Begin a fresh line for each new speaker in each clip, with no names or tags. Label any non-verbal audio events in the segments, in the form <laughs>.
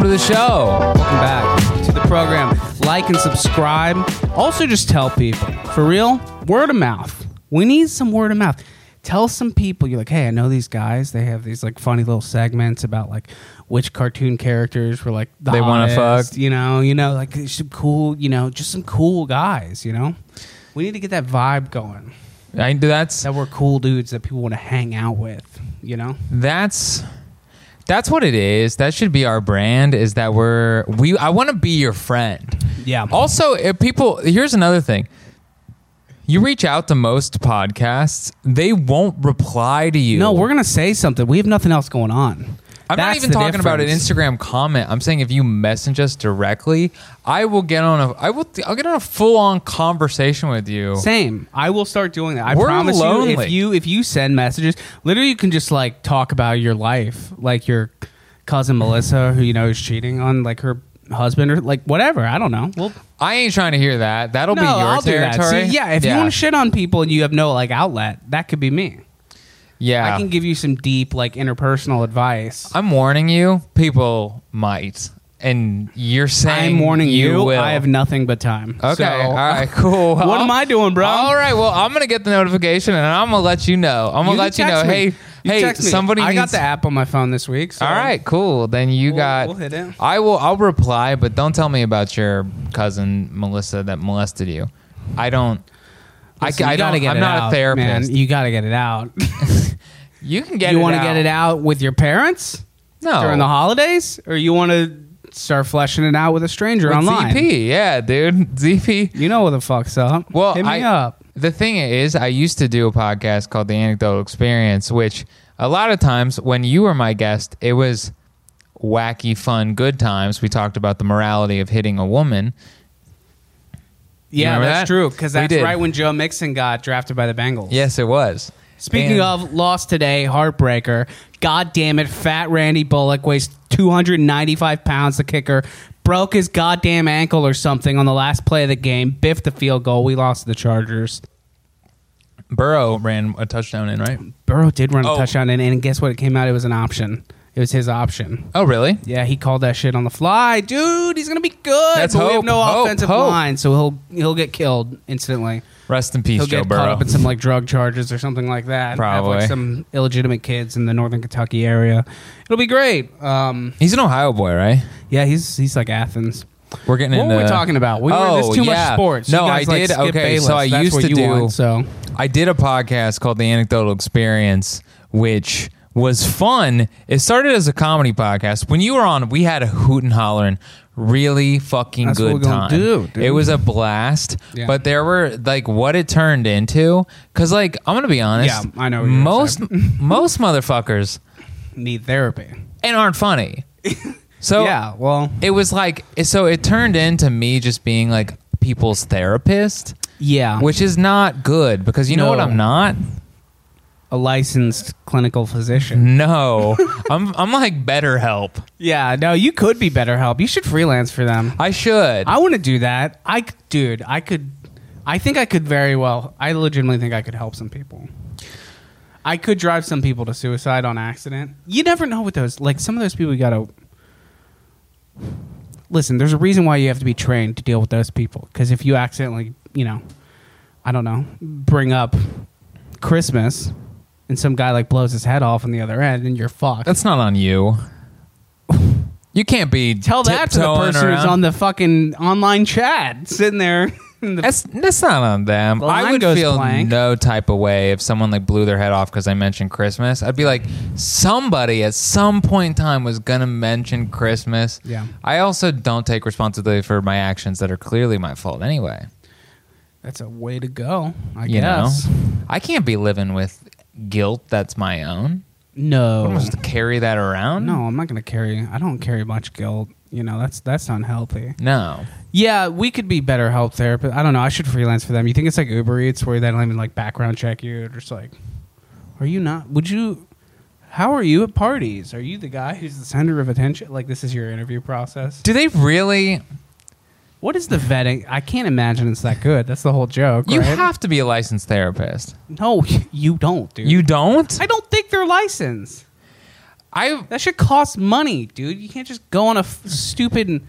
to the show. Welcome back to the program. Like and subscribe. Also, just tell people for real word of mouth. We need some word of mouth. Tell some people you're like, hey, I know these guys. They have these like funny little segments about like which cartoon characters were like the
They wanna
hottest,
fuck.
You know, you know, like some cool, you know, just some cool guys. You know, we need to get that vibe going
I that's
that we're cool dudes that people want to hang out with. You know,
that's that's what it is. That should be our brand. Is that we're we? I want to be your friend.
yeah.
Also, if people, here's another thing. You reach out to most podcasts, they won't reply to you.
No, we're gonna say something. We have nothing else going on.
I'm not
That's
even
the
talking about an
difference.
Instagram comment. I'm saying if you message us directly, I will get on a I will I'll get on a full on conversation with you.
Same. I will start doing that. I
We're
promise you.
lonely.
If you if you send messages, literally, you can just like talk about your life, like your cousin Melissa, who you know is cheating on like her husband or like whatever. I don't know. Well,
I ain't trying to hear that. That'll
no,
be your
I'll do
territory.
that. See, yeah, if you want to shit on people and you have no like outlet, that could be me.
yeah.
I can give you some deep like interpersonal advice.
I'm warning you, people might. And you're saying
I'm warning you.
will.
I have nothing but time.
Okay.
So- <laughs>
all right. Cool.
What
I'll-
am I doing, bro?
All right. Well, I'm gonna get the notification, and I'm gonna let you know. I'm gonna
can
let you know.
text
Hey,
me. You
hey,
text me.
somebody.
I
needs-
got the app on my phone this week. So
All right. Cool. Then you
We'll-
got.
we'll hit it.
I will. I'll reply, but don't tell me about your cousin Melissa that molested you. I don't. I
Listen,
ca- I,
you
don't.
gotta get
I'm
it
not
out,
a therapist.
Man. You got to get
<laughs>
it out.
You can get.
you
it
want to
out.
get it out with your parents
No.
during the holidays, or you want to start fleshing it out with a stranger
With
online?
ZP. Yeah, dude. <laughs> ZP.
You know what the fuck's up.
Well,
hit me
I,
up.
The thing is, I used to do a podcast called The Anecdotal Experience, which a lot of times when you were my guest, it was wacky, fun, good times. We talked about the morality of hitting a woman. You
Yeah,
remember
that's
that?
true. Because
We
that's
did.
right when Joe Mixon got drafted by the Bengals.
Yes, it was.
Speaking
And-
of lost today, heartbreaker. God damn it, fat Randy Bullock weighs 295 pounds. The kicker broke his goddamn ankle or something on the last play of the game. Biffed the field goal. We lost to the Chargers.
Burrow ran a touchdown in, right?
Burrow did run a
Oh.
touchdown in, and guess what? It came out. It was an option. It was his option.
Oh, really?
Yeah, he called that shit on the fly, dude. He's gonna be good.
That's
but we
hope,
have no
hope,
offensive
hope.
line, so he'll he'll get killed instantly.
Rest in peace,
He'll
Joe
get caught
Burrow.
up in some like drug charges or something like that. Have,
Probably.
like, some illegitimate kids in the northern Kentucky area. It'll be great. Um,
He's an Ohio boy, right?
yeah, he's he's like Athens.
We're getting
What
into.
were we talking about? We were,
uh, Oh,
there's too
yeah.
much sports.
No,
You guys,
I
like,
did.
skip
okay,
Bayless.
so I
That's
used
what
to
you
do.
want, so
I did a podcast called The Anecdotal Experience, which was fun. It started as a comedy podcast. When you were on, we had a hoot and hollering, really fucking
That's what
good
we're gonna
time.
do, dude.
It was a blast.
Yeah.
But there were like what it turned into. Cause like I'm gonna be honest.
Yeah, I know what you're
Most <laughs> most motherfuckers
need therapy.
and aren't
<laughs>
funny. So
yeah, well,
it was like so it turned into me just being like people's therapist.
yeah,
Which is not good because you know
Uh-huh. No.
what I'm not?
a licensed clinical
Mm-hmm.
physician.
No, <laughs> I'm I'm like better help.
Yeah, no, you could be BetterHelp. You should freelance for them.
I should.
I want to do that. I, c- dude, I could. I think I could very well. I legitimately think I could help some people. I could drive some people to suicide on accident. You never know with those. Like some of those people, you gotta listen. There's a reason why you have to be trained to deal with those people. Because if you accidentally, you know, I don't know, bring up Christmas, and some guy like blows his head off on the other end, and you're fucked.
That's not on you. You can't be
Tell that to the
tiptoeing
person who's
around.
on the fucking online chat, <laughs> sitting there. In the
That's that's not on them.
The
I
line
would
goes
feel
blank.
no type of way if someone like blew their head off because I mentioned Christmas. I'd be like, somebody at some point in time was gonna mention Christmas.
Yeah.
I also don't take responsibility for my actions that are clearly my fault anyway.
That's a way to go, I
You
guess.
know, I can't be living with guilt that's my own. I'm
No.
supposed to carry that around.
Hmm. No, I'm not going to carry. I don't carry much guilt. You know, that's that's unhealthy.
No.
Yeah, we could be better help therapist. I don't know. I should freelance for them. You think it's like Uber Eats where they don't even like background check you? They're just like, are you not? Would you? How are you at parties? Are you the guy who's the center of attention? Like this is your interview process.
Do they really?
What is the vetting? I can't imagine it's that good. That's the whole joke.
You
right?
have to be a licensed therapist.
no, <laughs> you don't, dude.
You don't?
I don't think they're licensed.
I
That shit costs money, dude. You can't just go on a f- stupid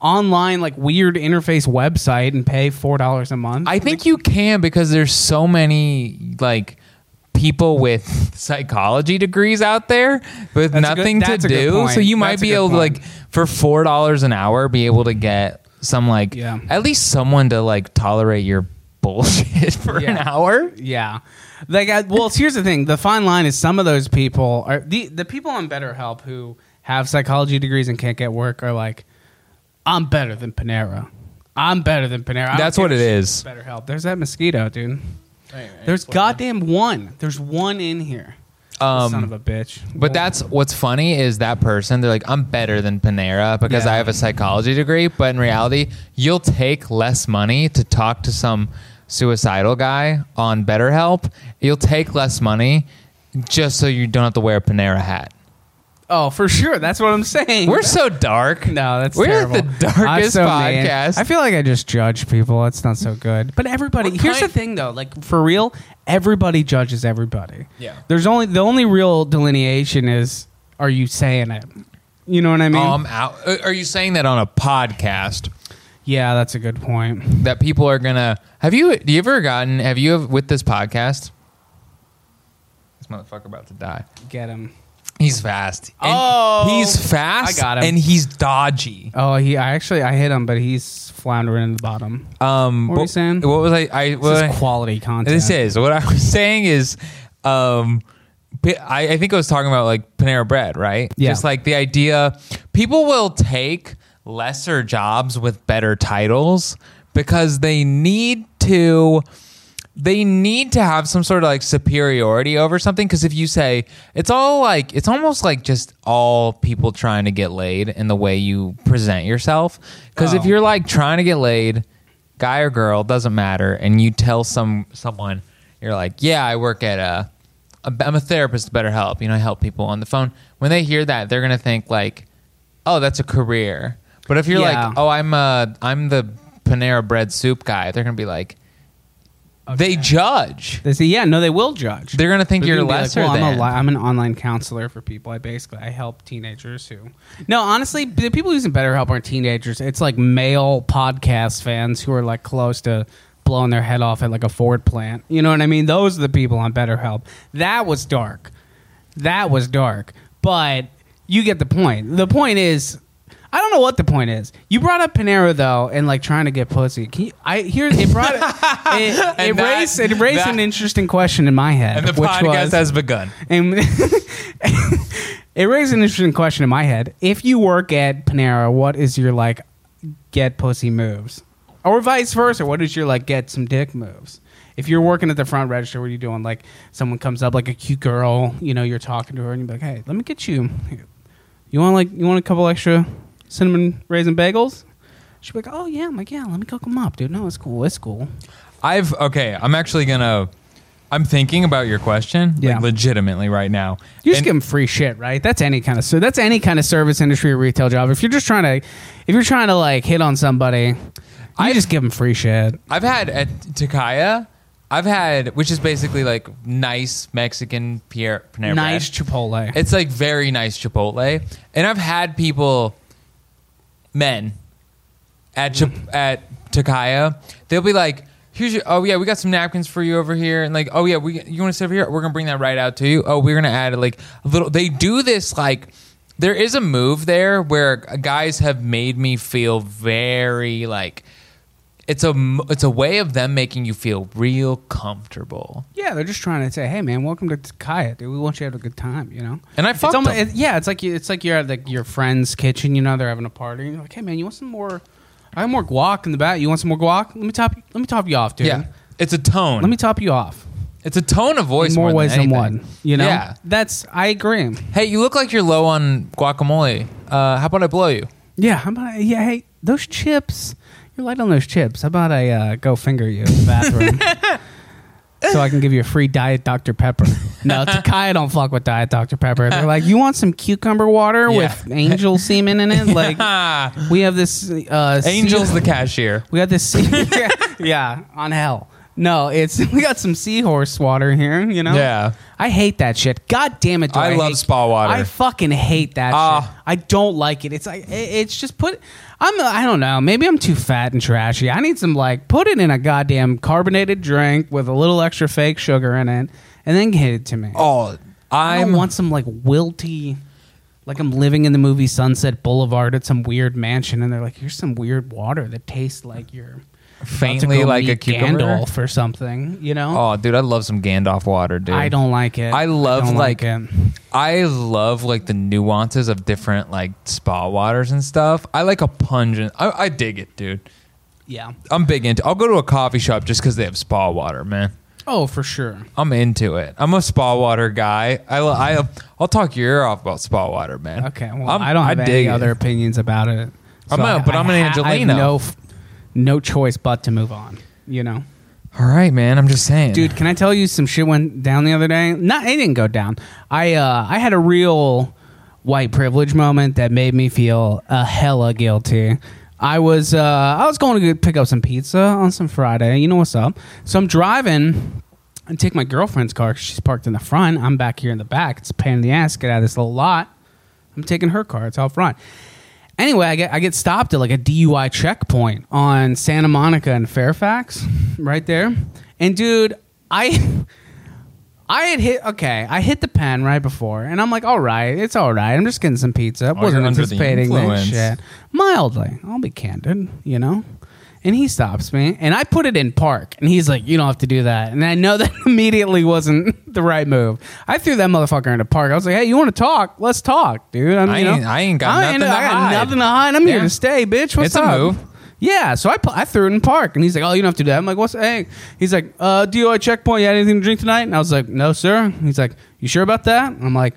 online like weird interface website and pay four dollars a month.
I think you can because there's so many like people with <laughs> psychology degrees out there with
That's a good-
nothing
that's
to
a good
do.
point.
So you might
That's a
be
good
able to
point.
like for four dollars an hour be able to get some like
Yeah.
at least someone to like tolerate your <laughs> bullshit for an
Yeah.
hour.
Yeah. Like, I, well, here's the thing. The fine line is some of those people are the the people on BetterHelp who have psychology degrees and can't get work are like, I'm better than Panera. I'm better than Panera. I don't
That's
give
what
a
it
shit
is.
about BetterHelp. There's that mosquito, dude. There's goddamn one. There's one in here.
Um,
Son of a bitch.
But that's what's funny is that person, they're like, I'm better than Panera because
Yeah.
I have a psychology degree. But in reality, you'll take less money to talk to some suicidal guy on BetterHelp. You'll take less money just so you don't have to wear a Panera hat.
oh, for sure. That's what I'm saying.
We're so dark.
<laughs> No, that's
We're
terrible.
the
I'm
darkest
so mean.
podcast.
I feel like I just judge people. That's not so good. But everybody.
We're
here's
kind-
the thing, though. Like for real, everybody judges everybody.
Yeah.
There's only the only real delineation is are you saying it? You know what I mean?
Oh, I'm out. Uh, Are you saying that on a podcast
yeah, that's a good point.
that people are gonna? Have you? Do you ever gotten? Have you with this podcast? This motherfucker about to die.
Get him.
He's fast. And
Oh,
he's fast.
I got him.
And he's dodgy.
Oh, he. I actually I hit him, but he's floundering in the bottom.
Um,
What were you saying?
What was I? I
This
what I-
is quality content.
this is what I was saying is, um, p- I, I think I was talking about like Panera Bread, right?
Yeah.
Just like the idea, people will take lesser jobs with better titles because they need to. They need to have some sort of like superiority over something because if you say it's all like it's almost like just all people trying to get laid in the way you present yourself because if
Oh.
you're you're like trying to get laid, guy or girl, doesn't matter, and you tell some someone, you're like, yeah, I work at uh, a, I'm a therapist, better help, you know, I help people on the phone. When they hear that, they're gonna think like, oh, that's a career. But if you're
Yeah.
like, oh, I'm a, I'm the Panera Bread soup guy, they're gonna be like, they judge.
They say, yeah, no, they will judge.
They're gonna think
They're
you're
gonna be
lesser
I'm,
than."
li- I'm an online counselor for people. I basically I help teenagers who. No, honestly, the people using BetterHelp aren't teenagers. It's like male podcast fans who are like close to blowing their head off at like a Ford plant. You know what I mean? Those are the people on BetterHelp. That was dark. That was dark. But you get the point. The point is. I don't know what the point is. You brought up Panera though, and like trying to get pussy. Can you- I here it
<laughs>
brought it. It, it
And that-
raised it raised
that-
an interesting question in my head,
And the
which
podcast
was,
has begun.
and <laughs> it raised an interesting question in my head. If you work at Panera, what is your like get pussy moves, or vice versa? What is your like get some dick moves? If you're working at the front register, what are you doing? Like someone comes up, like a cute girl, you know, you're talking to her, and you're like, "Hey, let me get you. You want like you want a couple extra cinnamon raisin bagels?" She's like, "Oh yeah." I'm like, "Yeah, let me cook them up, dude. No, it's cool. It's cool."
I've okay. I'm actually gonna. I'm thinking about your question,
Yeah.
like legitimately right now.
You just
And-
give them free shit, right? That's any kind of so that's any kind of service industry or retail job. If you're just trying to, if you're trying to like hit on somebody, I just give them free shit.
I've had at Takaya, I've had which is basically like nice Mexican Pierre Panera.
Nice
Bread.
Chipotle.
It's like very nice Chipotle, and I've had people, men, at Chip at Takaya, they'll be like. Here's your, oh yeah, we got some napkins for you over here, and like oh yeah, we you want to sit over here? We're gonna bring that right out to you. Oh, we're gonna add like a little. They do this like there is a move there where guys have made me feel very like it's a m- it's a way of them making you feel real comfortable.
yeah, they're just trying to say, "Hey, man, welcome to Kaya, dude. We want you to have a good time," you know.
And I
it's
fucked
almo-
them.
it- yeah, it's like you, it's like you're at like your friend's kitchen. You know, they're having a party. And you're like, "Hey, man, you want some more? I have more guac in the back. You want some more guac? Let me top. Let me top you off, dude.
Yeah, it's a tone.
Let me top you off.
it's a tone of voice
in more
than
ways than,
anything.
one. You know.
Yeah.
That's I agree.
Hey, you look like you're low on guacamole. Uh, how about I blow you?
Yeah, how about I, yeah? Hey, those chips. You're light on those chips. How about I uh, go finger you in the
<laughs>
bathroom, so I can give you a free diet Dr Pepper.
<laughs>
No, Takaya don't fuck with diet Dr Pepper. They're like, you want some cucumber water
Yeah.
with angel semen in it? <laughs> Like,
Ah,
we have this uh,
Angel's
sea- <laughs>
the cashier.
we have this sea- yeah on hell. No, it's <laughs> we got some seahorse water here. You know.
Yeah.
I hate that shit. God damn it! do
I love
hate-
spa water.
I fucking hate that
Ah.
shit. I don't like it. It's like it- it's just put. I'm. I don't know. Maybe I'm too fat and trashy. I need some like put it in a goddamn carbonated drink with a little extra fake sugar in it, and then get it to me.
Oh,
I
I'm
don't want some like wilty, like I'm living in the movie Sunset Boulevard at some weird mansion, and they're like, "Here's some weird water that tastes like you're about to
faintly
go
like a
meet
cucumber.
Gandalf or something." You know,
Oh, dude, I love some Gandalf water, Oh, dude.
I don't like it.
I love,
don't
like-
it.
I love like the nuances of different like spa waters and stuff. I like a pungent. I, I dig it, dude.
yeah.
I'm big into. I'll go to a coffee shop just because they have spa water, man.
Oh, for sure.
I'm into it. I'm a spa water guy. I lo- I I'll talk your ear off about spa water, man.
Okay. Well,
I'm-
I'm, I do not have
dig
any
it.
other opinions about it.
I'm not,
I-
but
I
I'm an
I have
Angelino.
no, f- no choice but to move on. You know.
All right, man. I'm just saying,
Dude, can I tell you some shit went down the other day? Not, it didn't go down. I uh, I had a real white privilege moment that made me feel a hella guilty. I was uh, I was going to go pick up some pizza on some Friday. You know what's up? So I'm driving. I take my girlfriend's car. 'cause She's parked in the front. I'm back here in the back. It's a pain in the ass. to Get out of this little lot. I'm taking her car. It's out front. Anyway, I get I get stopped at like a DUI checkpoint on Santa Monica and Fairfax, right there. And dude, I I had hit okay, I hit the pen right before, and I'm like, all right, it's all right. I'm just getting some pizza. I
Oh, you're
wasn't
under the
anticipating that
influence.
shit. Mildly, I'll be candid, you know. And he stops me, and I put it in park, and he's like, "You don't have to do that." And I know <laughs> that immediately wasn't the right move. I threw that motherfucker into park. I was like, "Hey, you want to talk? Let's talk, dude." I'm,
I
you know,
ain't- I ain't got nothing to
I got
hide.
nothing to hide. I'm here
Yeah.
to stay, bitch. What's
It's a
up?
move.
Yeah, so I, pu- I threw it in park, and he's like, "Oh, you don't have to do that." I'm like, "What's hey?" He's like, "Uh, DUI checkpoint. You had anything to drink tonight?" And I was like, "No, sir." He's like, "You sure about that?" And I'm like,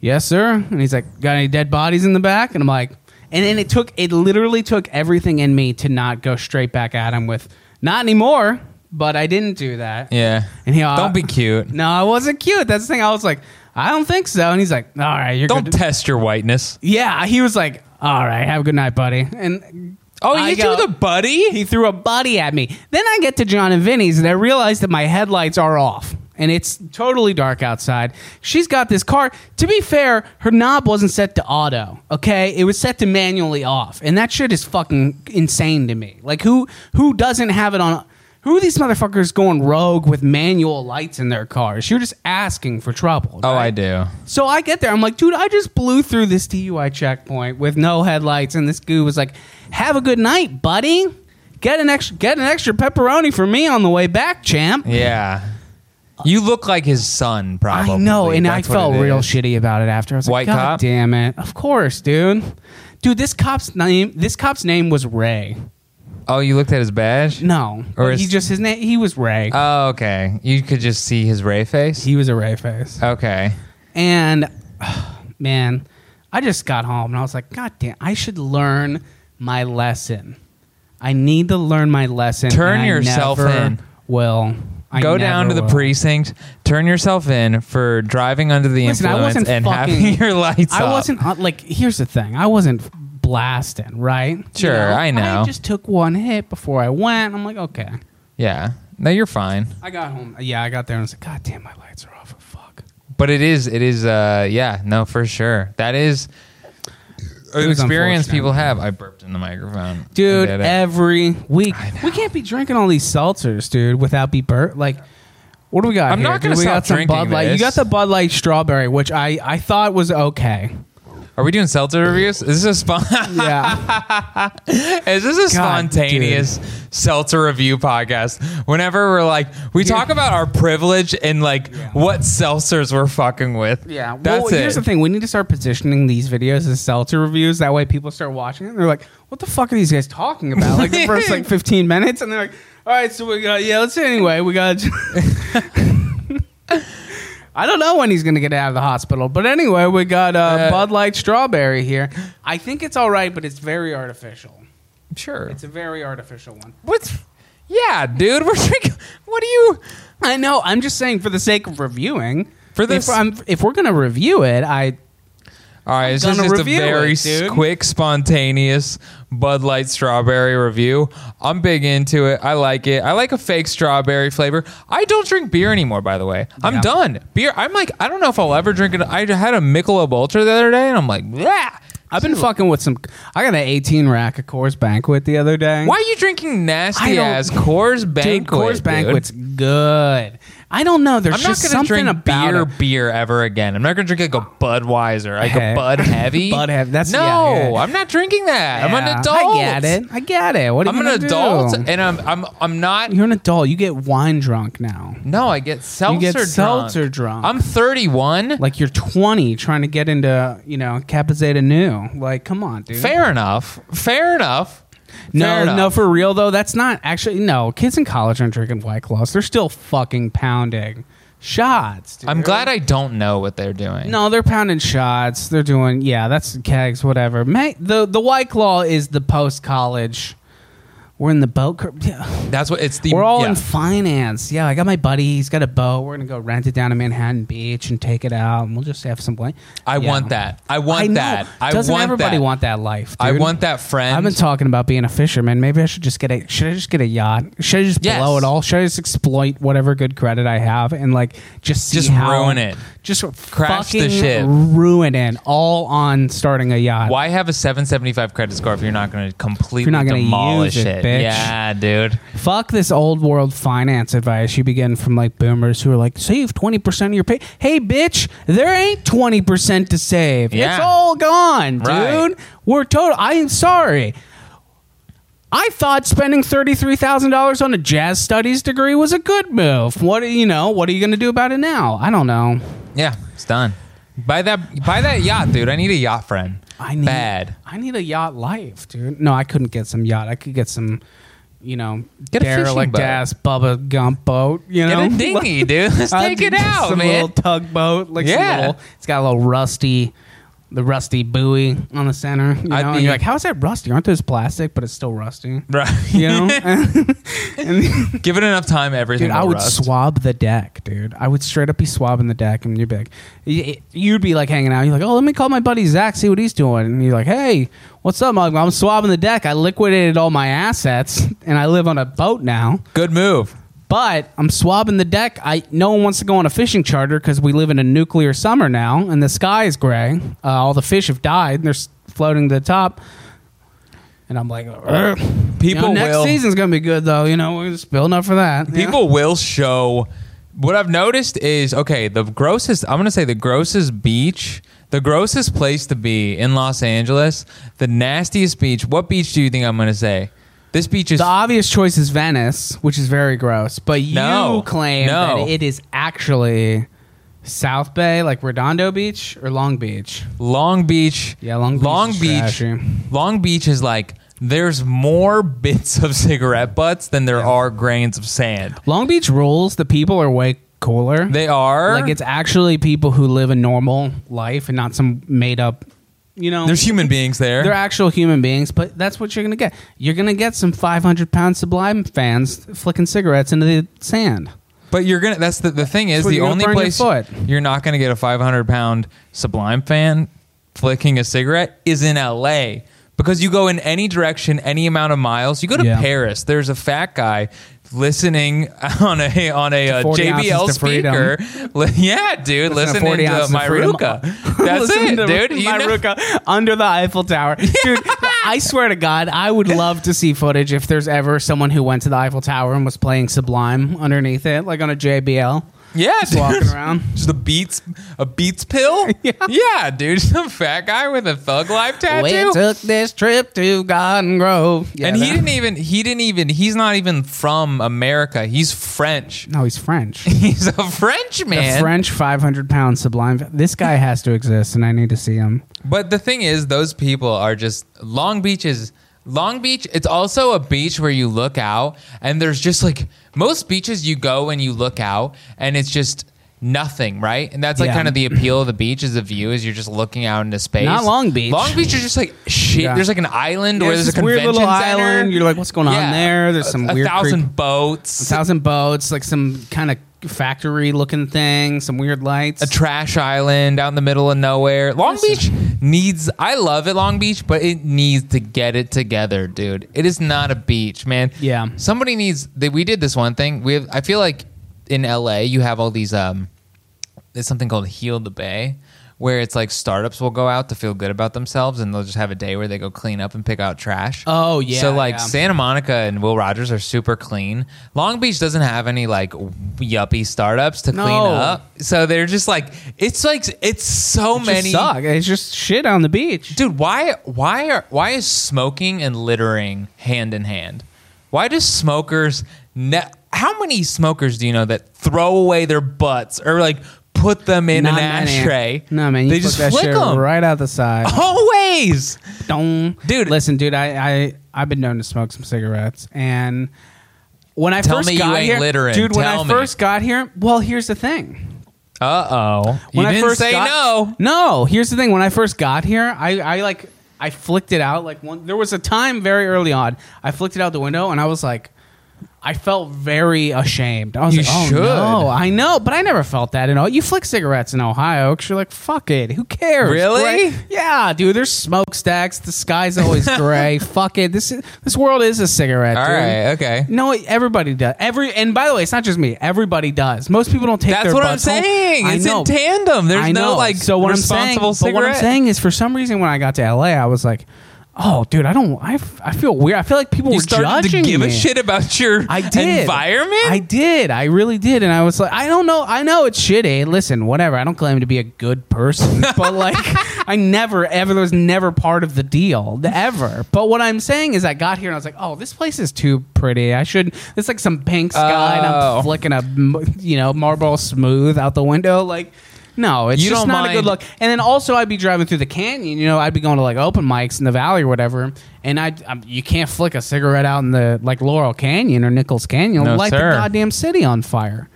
"Yes, sir." And he's like, "Got any dead bodies in the back?" And I'm like, and then it took it literally took everything in me to not go straight back at him with not anymore, but I didn't do that.
Yeah.
And he uh,
Don't be cute.
no, I wasn't cute. That's the thing. I was like, I don't think so. And he's like, All right, you're
Don't
good. to-"
test your whiteness.
yeah, he was like, All right, have a good night, buddy. And
Oh,
I
you
go-
do the buddy.
he threw a buddy at me. Then I get to John and Vinny's and I realize that my headlights are off and it's totally dark outside. She's got this car. To be fair, her knob wasn't set to auto, okay? It was set to manually off. And that shit is fucking insane to me. Like who who doesn't have it on who are these motherfuckers going rogue with manual lights in their cars? You're just asking for trouble.
Oh,
right?
I do.
So I get there. I'm like, dude, I just blew through this DUI checkpoint with no headlights, and this goo was like, "Have a good night, buddy. Get an extra, get an extra pepperoni for me on the way back, champ."
Yeah. You look like his son, probably.
I know, and I
That's what
felt
it
real
is.
shitty about it after. I was
White
like, "God
cop?"
damn it! Of course, dude. Dude, this cop's name. This cop's name was Ray.
Oh, you looked at his badge?
No,
Or
he
is-
just his name. He was Ray.
Oh, okay. You could just see his ray face.
he was a Ray face.
okay.
And <sighs> man, I just got home and I was like, God damn, I should learn my lesson. I need to learn my lesson.
Turn
and I
yourself
never
in.
Will I
Go
never
down to the
will.
precinct. Turn yourself in for driving under the
Listen, I
influence
wasn't
and having
fucking-
<laughs> your lights
I
up.
wasn't uh, like. Here's the thing. I wasn't blasting. Right.
Sure, I know.
I just took one hit before I went. I'm like, okay.
Yeah. No, you're fine.
I got home. Yeah, I got there and I was like, God damn, my lights are off. Fuck.
But it is, it is, uh, yeah, no, for sure. That is an
was
experience
unfortunate.
people have. I burped in the microphone. I
dude.
did it.
Every week,
I know.
we can't be drinking all these seltzers, dude, without be burnt. Like, what do we got?
I'm
here,
not gonna
dude? We
stop
got some
drinking
Bud Light.
this.
You got the Bud Light strawberry, which I I thought was okay.
<laughs> Are we doing seltzer reviews? Is this a spon- <laughs>
Yeah,
Is this a
God,
spontaneous seltzer review podcast? Whenever we're like, we talk about our privilege and like what seltzers we're fucking with.
yeah.
that's
well,
it.
here's the thing: we need to start positioning these videos as seltzer reviews. That way, people start watching it. and They're like, "What the fuck are these guys talking about?" Like the first
<laughs>
like 15 minutes, and they're like, "All right, so we got yeah. Let's anyway, we got." <laughs> I don't know when he's going to get out of the hospital, but anyway, we got uh,
Uh,
Bud Light strawberry here. I think it's all right, but it's very artificial.
Sure.
It's a very artificial one.
What's? Yeah, dude. <laughs> We're drinking. What do you?
I know. I'm just saying for the sake of reviewing.
For this-
if, I'm, if we're going to review it, I
All right, this is
gonna
just a
review
very
it, dude.
s- quick, spontaneous Bud Light strawberry review. I'm big into it. I like it. I like a fake strawberry flavor. I don't drink beer anymore, by the way. I'm
Yeah.
done. Beer. I'm like, I don't know if I'll ever drink it. I had a Michelob Ultra the other day, and I'm like, yeah.
I've been fucking with some. I got an 18 rack of Coors Banquet the other day.
Why are you drinking
I
nasty
don't-
ass Coors
Dude,
Banquet?
Coors
dude?
Banquet's good. I don't know. There's
I'm not
just
going to
something
drink
about
beer,
it.
beer ever again. I'm not going to drink like a Budweiser, like
Hey.
a
<laughs>
Bud Heavy.
Bud Heavy, that's-
no.
yeah, yeah.
I'm not drinking that. I'm
Yeah,
an adult.
I get it. I get it. What are
I'm
you
an
gonna do?
adult, and I'm I'm I'm not.
You're an adult. You get wine drunk now.
No, I get seltzer.
get
drunk.
seltzer drunk.
I'm 31.
Like you're 20 trying to get into, you know, Capizeta New. Like, come on, dude.
Fair enough. Fair enough.
No,
Fair enough.
no, for real though, that's not actually no. Kids in college aren't drinking white claws. They're still fucking pounding shots. Dude.
I'm glad I don't know what they're doing.
No, they're pounding shots. They're doing yeah, that's kegs, whatever. Ma the the white claw is the post college. We're in the boat. cur- Yeah.
that's what it's the.
We're all
yeah.
in finance. Yeah, I got my buddy. He's got a boat. We're gonna go rent it down in Manhattan Beach and take it out, and we'll just have some blank.
I
Yeah.
want that. I want
I know.
that. I
Doesn't
want
everybody
that.
want that life?
I
dude?
want that friend.
I've been talking about being a fisherman. Maybe I should just get a. Should I just get a yacht? Should I just
Yes.
blow it all? Should I just exploit whatever good credit I have and like just see
Just
how-
ruin it.
Just
Crash the
fucking
ship.
Ruin it all on starting a yacht.
Why have a 775 credit score if you're not going to completely
not gonna
demolish
use it, bitch.
Yeah, dude.
Fuck this old world finance advice you be getting from like boomers who are like save twenty percent of your pay. Hey, bitch, there ain't twenty percent to save.
Yeah.
It's all gone, dude.
Right.
We're total. I am sorry. I thought spending thirty three thousand dollars on a jazz studies degree was a good move. What do you know? What are you going to do about it now? I don't know.
Yeah, it's done. Buy that buy that yacht, dude. I need a yacht friend.
I need
bad.
I need a yacht life, dude. No, I couldn't get some yacht. I could get some, you know,
Get a fishing
derelict
boat.
ass Bubba Gump boat. You
Get
know, <laughs>
a dinghy, dude. Let's
I'd
take it
get
out,
some
man.
little tugboat. Like some
Yeah.
little, it's got a little rusty, the rusty buoy on the center. You know,
I'd
and
be-
you're like, how is that rusty? Aren't those plastic? But it's still rusty.
Right.
You know, <laughs>
<laughs>
and,
Give it enough time, everything.
dude, I
will
would
rust.
swab the deck, dude. I would straight up be swabbing the deck, and you'd be like, y- you'd be like hanging out. You're like, oh, let me call my buddy Zach, see what he's doing. And you're like, hey, what's up? I'm, I'm swabbing the deck. I liquidated all my assets, and I live on a boat now.
Good move.
But I'm swabbing the deck. I no one wants to go on a fishing charter because we live in a nuclear summer now, and the sky is gray. Uh, all the fish have died. And they're s- floating to the top. And I'm like, "Ugh." You know,
People
next
will-
season's gonna be good though. You know, we're gonna spill enough for that. you know?
People will show. What I've noticed is okay. The grossest. I'm gonna say the grossest beach. The grossest place to be in Los Angeles. The nastiest beach. What beach do you think I'm gonna say? This beach is
The obvious choice is Venice, which is very gross. But you
No.
claim
No.
that it is actually South Bay, like Redondo Beach or Long Beach.
Long Beach.
Yeah, Long Beach
Long
is
Beach.
trashy.
Long Beach is like there's more bits of <laughs> cigarette butts than there are grains of sand.
Long Beach rules. The people are way cooler.
They are
Like it's actually people who live a normal life and not some made up, you know.
there's human beings there.
they're actual human beings, but that's what you're gonna get. You're gonna get some 500 pound Sublime fans flicking cigarettes into the sand.
But you're gonna. That's the the thing is
where
the
you're gonna
only
burn your
place
foot.
you're not gonna get a 500 pound Sublime fan flicking a cigarette is in L.A. Because you go in any direction, any amount of miles. You go to
Yeah.
Paris. There's a fat guy listening <laughs> on a on a uh,
40
JBL
ounces to
speaker. <laughs>
freedom.
Li- yeah, dude,
Listen to
listening
40
to
ounces of freedom.
Myruka.
<laughs>
That's
Listen
it,
to
dude. You know-
Myruka under the Eiffel Tower,
<laughs>
dude. I swear to God, I would love to see footage if there's ever someone who went to the Eiffel Tower and was playing Sublime underneath it, like on a JBL,
Yeah,
just walking
dude.
around.
<laughs> Just a beats, a beats
<laughs>
pill. yeah. dude. <laughs> Some fat guy with a thug life tattoo.
We took this trip to Garden Grove, Yeah,
and he
that-
didn't even he didn't even he's not even from America. He's French. <laughs>
No, he's French.
He's a French man.
A French 500 pound sublime. This guy has to exist, and I need to see him.
but the thing is those people are just Long Beach is Long Beach, it's also a beach where you look out and there's just like most beaches you go and you look out and it's just nothing, right? And that's like
Yeah.
kind of the appeal of the beach is the view is you're just looking out into space.
Not Long Beach.
Long Beach is just like shit.
Yeah.
There's like an island
Yeah,
where
it's
there's a
this weird
convention
little
center.
island. You're like, what's going on there? There's
A-
some
a
weird
thousand
creep-
boats,
thousand boats, like some kind of factory looking thing, some weird lights.
a trash island out in the middle of nowhere. Long Beach
Listen.
needs. I love it, Long Beach, but it needs to get it together, dude. It is not a beach, man.
Yeah.
somebody needs. They, we did this one thing. We have. I feel like in LA, you have all these. um There's something called Heal the Bay. Where it's like startups will go out to feel good about themselves, and they'll just have a day where they go clean up and pick out trash.
Oh, yeah,
So like
yeah.
Santa Monica and Will Rogers are super clean. Long Beach doesn't have any like yuppie startups to clean
No.
up. So they're just like it's like it's so
It just
many.
suck. It's just shit on the beach.
Dude, why why are why is smoking and littering hand in hand? Why do smokers ne- how many smokers do you know that throw away their butts or like put them in
Not
an
many.
ashtray?
No man, you
they
flick
just
that
flick
shit
them
right out the side.
always.
Dong.
Dude.
listen, dude, I, I I've been known to smoke some cigarettes, and when I
Tell
first
me you
got
ain't
here,
littering.
dude, when
Tell
I
me.
first got here, well, here's the thing.
Uh oh, you
when
didn't
I first
say
got-
no.
No, here's the thing. When I first got here, I, I like I flicked it out. Like one, there was a time very early on, I flicked it out the window, and I was like, I felt very ashamed. I was
You
like, oh
should.
no, I know, but I never felt that. You know, you flick cigarettes in Ohio because you're like, fuck it, who cares?
Really?
Gray- Yeah, dude. There's smokestacks. The
<laughs>
sky's always gray. fuck it. This is, this world is a cigarette.
All
dude.
right, okay.
No, everybody does. Every and by the way, it's not just me. Everybody does. Most people don't take
That's
their
what I'm
butts home.
saying.
I
It's
know.
in tandem. There's
I
no
know.
like
so what
responsible
I'm saying, But what I'm
cigarette.
saying is, for some reason, when I got to LA, I was like, "Oh, dude, I don't. I, f- I feel weird. I feel like people
you
were
started to
judging
give
me.
a shit about your
<laughs> I did.
environment.
I did. I really did. And I was like, I don't know. I know it's shitty. Listen, whatever. I don't claim to be a
<laughs>
good person, but like, I never, ever, there was never part of the deal, ever. But what I'm saying is, I got here and I was like, oh, this place is too pretty. I should. It's like some pink sky, and
Oh.
I'm flicking a, m- you know, marble smooth out the window, like. No, it's
You
just
don't
not a
mind-
good look. And then also, I'd be driving through the canyon. You know, I'd be going to like open mics in the valley or whatever. And I, I'm, you can't flick a cigarette out in the like Laurel Canyon or Nichols Canyon
No,
light
sir.
the goddamn city on fire.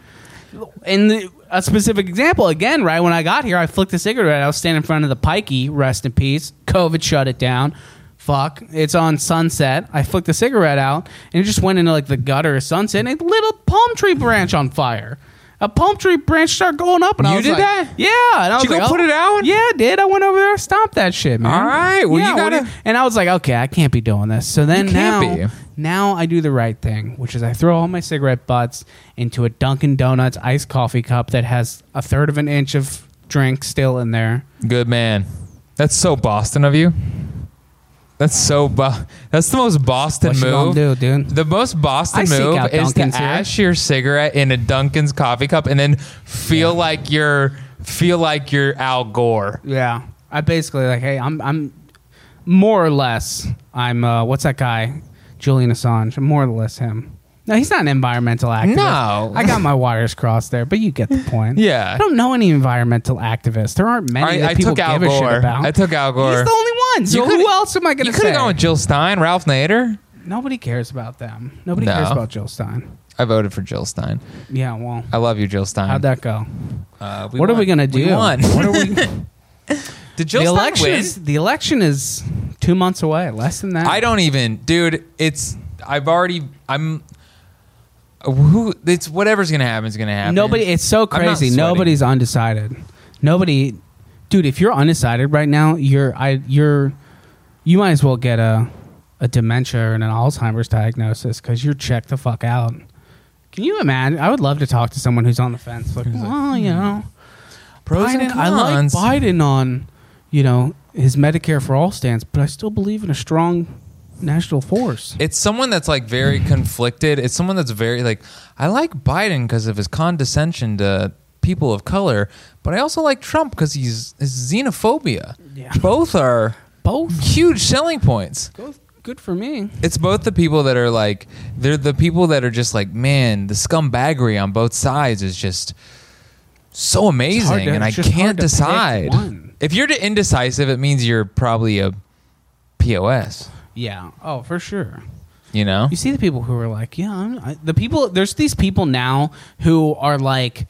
And the, a specific example again, right when I got here, I flicked a cigarette. I was standing in front of the Pikey, rest in peace. COVID shut it down. Fuck, it's on Sunset. I flicked the cigarette out, and it just went into like the gutter of Sunset, and it lit a palm tree branch on fire. A palm tree branch started going up, and I
You
was
did
like,
that?
Yeah, and I
Did
was
you
like, "Oh,
go put it out?
Yeah, I did. I went over there, and stomped that shit, man.
All right, well, you
Yeah, what
gotta-
do and I was like, okay, I can't be doing this. So then
You can't
now,
be.
now I do the right thing, which is I throw all my cigarette butts into a Dunkin' Donuts iced coffee cup that has a third of an inch of drink still in there.
Good man. That's so Boston of you. That's so. Bo- that's the most Boston
What you
move.
gonna do, dude?
The most Boston
I seek
move
out
is to
Dunkin's here.
ash your cigarette in a Dunkin's coffee cup and then feel like you're feel like you're Al Gore.
Yeah, I basically like, hey, I'm, I'm more or less, I'm uh, what's that guy, Julian Assange? I'm more or less him. No, he's not an environmental activist.
No.
I got my wires crossed there, but you get the
<laughs>
point.
Yeah.
I don't know any environmental activists. There aren't many
I,
that
I
people
took Al
give a shit
Gore.
about.
I took Al Gore.
He's the only one. So
You
who
coulda-
else am I going
you
to
could
say?
have gone with Jill Stein, Ralph Nader.
Nobody cares about them. Nobody
No.
cares about Jill Stein.
I voted for Jill Stein.
Yeah, well,
I love you, Jill Stein.
how'd that go?
Uh,
what are we
won.
gonna do?
won.
What are we?
<laughs> Did Jill Stein
the election.
win?
Is, the election is two months away. Less than that.
I don't even, dude. It's I've already. I'm. Who? It's whatever's gonna happen is gonna happen.
Nobody. It's so
I'm not
crazy.
sweating.
Nobody's undecided. Nobody, dude. If you're undecided right now, you're I you're you might as well get a a dementia and an Alzheimer's diagnosis because you're checked the fuck out. Can you imagine? I would love to talk to someone who's on the fence. Like, well, you know,
Pros and
Biden- I like
cons.
Biden on, you know, his Medicare for all stance, but I still believe in a strong national force.
It's someone that's like very conflicted. It's someone that's very like I like Biden because of his condescension to people of color, but I also like Trump because he's his xenophobia.
Yeah.
Both are
Both.
huge selling points.
Both good for me.
It's both the people that are like they're the people that are just like man, the scumbaggery on both sides is just so amazing,
to-
and I
it's just
can't
hard to pick
decide.
one.
If you're indecisive, it means you're probably a pos.
Yeah. Oh, for sure.
You know,
You see the people who are like, yeah, I'm, I, the people. There's these people now who are like,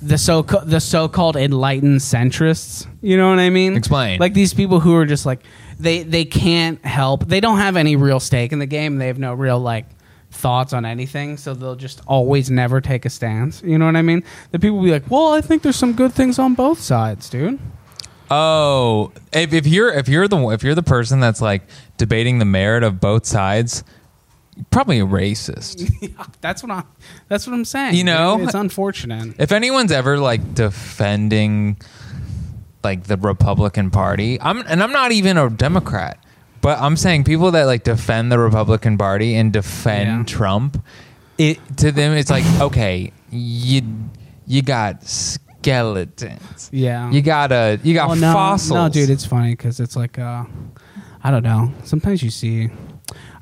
the so the so-called enlightened centrists. You know what I mean?
Explain.
Like these people who are just like they they can't help. They don't have any real stake in the game. They have no real like thoughts on anything, so they'll just always never take a stance. You know what I mean? The people be like, "Well, I think there's some good things on both sides, dude." <laughs>
Oh, if, if you're if you're the if you're the person that's like debating the merit of both sides, probably a racist.
that's what I'm. That's what I'm saying.
You know?
it's unfortunate.
If anyone's ever like defending like the Republican Party, I'm and I'm not even a Democrat, but I'm saying people that like defend the Republican Party and defend
Yeah.
Trump, it to them it's like <laughs> okay, you you got skeletons,
Yeah.
you got a you got
Well, no,
fossils,
No, dude, it's funny because it's like, uh, I don't know. Sometimes you see.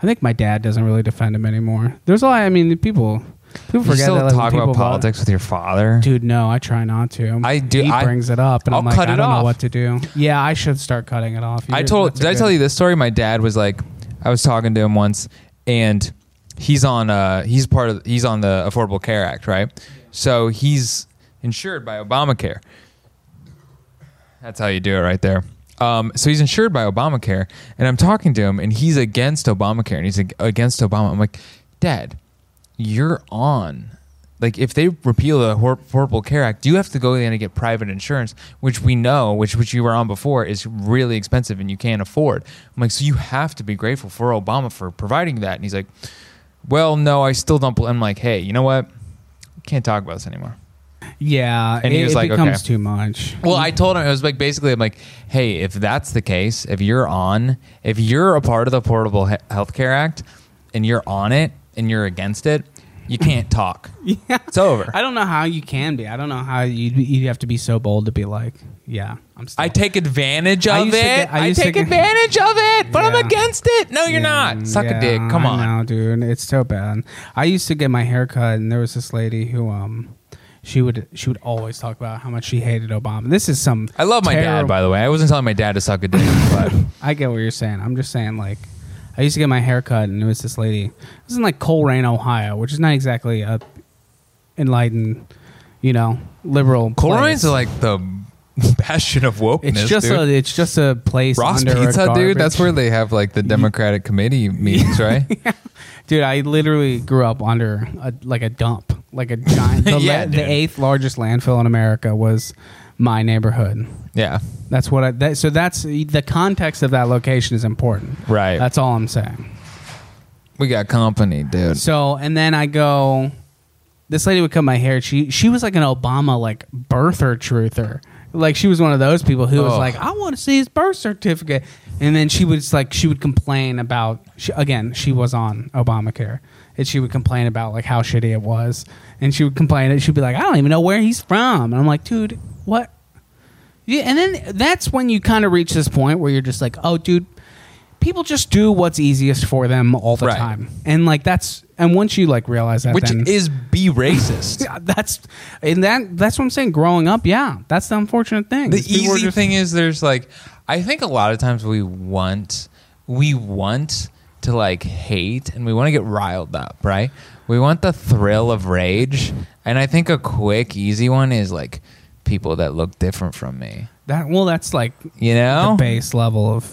I think my dad doesn't really defend him anymore. There's a lot. I mean, people people
you
forget
still
that. like, when
talk
people
about
vote-
politics with your father.
Dude, no, I try not to.
I do-
He
I-
brings it up, and
I'll
I'm like,
cut
I
it
don't know
off.
what to do. Yeah, I should start cutting it off.
I
You're-
told.
that's a
Did I
good-
tell you this story? My dad was like, I was talking to him once, and he's on. Uh, he's part of. He's on the Affordable Care Act, right? So he's insured by Obamacare. That's how you do it, right there. Um, so he's insured by Obamacare, and I'm talking to him, and he's against Obamacare, and he's ag- against Obama. I'm like, Dad, you're on. Like, if they repeal the Hor- Affordable Care Act, you have to go in and get private insurance, which we know, which which you were on before, is really expensive and you can't afford. I'm like, so you have to be grateful for Obama for providing that. And he's like, well, no, I still don't. bel-" I'm like, hey, you know what? Can't talk about this anymore.
Yeah,
And
it,
he was
it
like,
becomes
okay.
too much. <laughs>
Well, I told him it was like basically I'm like, hey, if that's the case, if you're on, if you're a part of the Portable he- Healthcare Act, and you're on it and you're against it, you can't talk.
Yeah.
It's over.
I don't know how you can be. I don't know how you you have to be so bold to be like, yeah, I'm. Still
I take advantage of
I
it.
used to get- I
I,
used to
take
get- <laughs>
advantage of it, but
Yeah.
I'm against it. No, you're
Mm,
not. Suck a dick. Come on.
No, dude, it's so bad. I used to get my hair cut, and there was this lady who, um, she would she would always talk about how much she hated Obama. This is some.
I love my dad,
terrible-
by the way. I wasn't telling my dad to suck a
<laughs>
dick, but
I get what you're saying. I'm just saying, like, I used to get my hair cut, and it was this lady. It was in like Colerain, Ohio, which is not exactly a enlightened, you know, liberal.
Polaroids
place.
are like the <laughs> bastion of wokeness.
It's just
dude.
a it's just a place.
Ross
under a
Pizza, dude. That's
garbage-
where they have
<laughs>
like the Democratic committee meetings, right?
Dude, I literally grew up under a, like a dump, like
<laughs>
a giant. The,
Yeah,
la-
dude.
the eighth largest landfill in America was my neighborhood.
Yeah.
That's what I. That, so that's the context of that location is important.
Right.
That's all I'm saying.
We got company, dude.
So and then I go. This lady would cut my hair. She she was like an Obama like birther truther. Like she was one of those people who was
Ugh.
like, I want to see his birth certificate. And then she was like, she would complain about she, again. She was on Obamacare, and she would complain about like how shitty it was. And she would complain, and she'd be like, I don't even know where he's from. And I'm like, dude, what? Yeah, and then that's when you kind of reach this point where you're just like, oh, dude, people just do what's easiest for them all the
Right.
time, and like that's and once you like realize that,
Which
then,
is be racist.
<laughs> yeah, that's and that that's what I'm saying. Growing up, yeah, that's the unfortunate thing.
the
is people are
easy
just-
thing is there's like I think a lot of times we want we want to like hate and we want to get riled up, right? We want the thrill of rage. And I think a quick, easy one is like people that look different from me.
that well, that's like
You know?
the base level of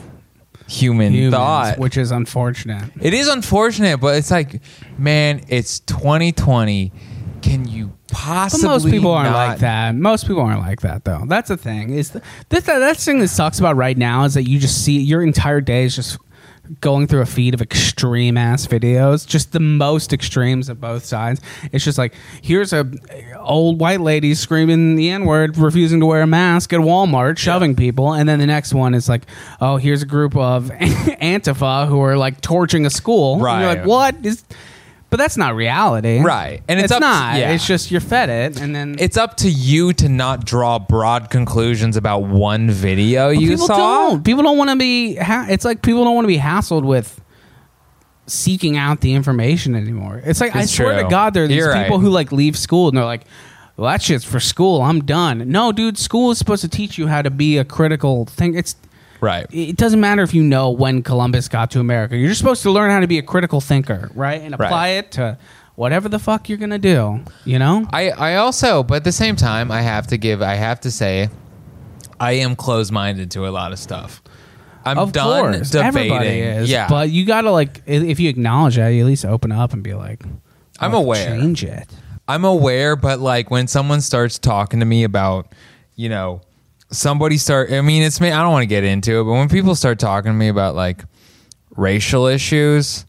Human
humans,
Oh. thought.
which is unfortunate.
It is unfortunate, but it's like, man, it's 2020. Can you
But
possibly?
most people aren't
not-
like that. Most people aren't like that, though. That's the thing. Is th- this that, that's the thing that sucks about right now is that you just see your entire day is just going through a feed of extreme ass videos, just the most extremes of both sides. It's just like here's a old white lady screaming the n word, refusing to wear a mask at Walmart, shoving people, and then the next one is like, oh, here's a group of <laughs> Antifa who are like torching a school. And you're
Right.
like, what is? But that's not reality,
Right. And it's up to-
not.
yeah.
It's just you're fed it, and then
It's up to you to not draw broad conclusions about one video
But
you
people
saw.
Don't. People don't want to be. Ha- it's like people don't want to be hassled with seeking out the information anymore. It's like I
It's
swear to
true.
God, there are these
You're
people
right.
who like leave school and they're like. Well, that shit's for school. I'm done. No, dude, school is supposed to teach you how to be a critical thing. It's
Right.
it doesn't matter if you know when Columbus got to America. You're just supposed to learn how to be a critical thinker, right? And apply
Right.
it to whatever the fuck you're gonna do, you know?
I, I also, but at the same time, I have to give, I have to say, I am closed minded to a lot of stuff. I'm
of
done
course,
debating.
everybody is.
yeah,
but you gotta like, i- if you acknowledge that, you at least open up and be like,
I'm
"Well,
aware."
Change it.
I'm aware, but like when someone starts talking to me about, you know, somebody start. I mean, it's me. I don't want to get into it, but when people start talking to me about like racial issues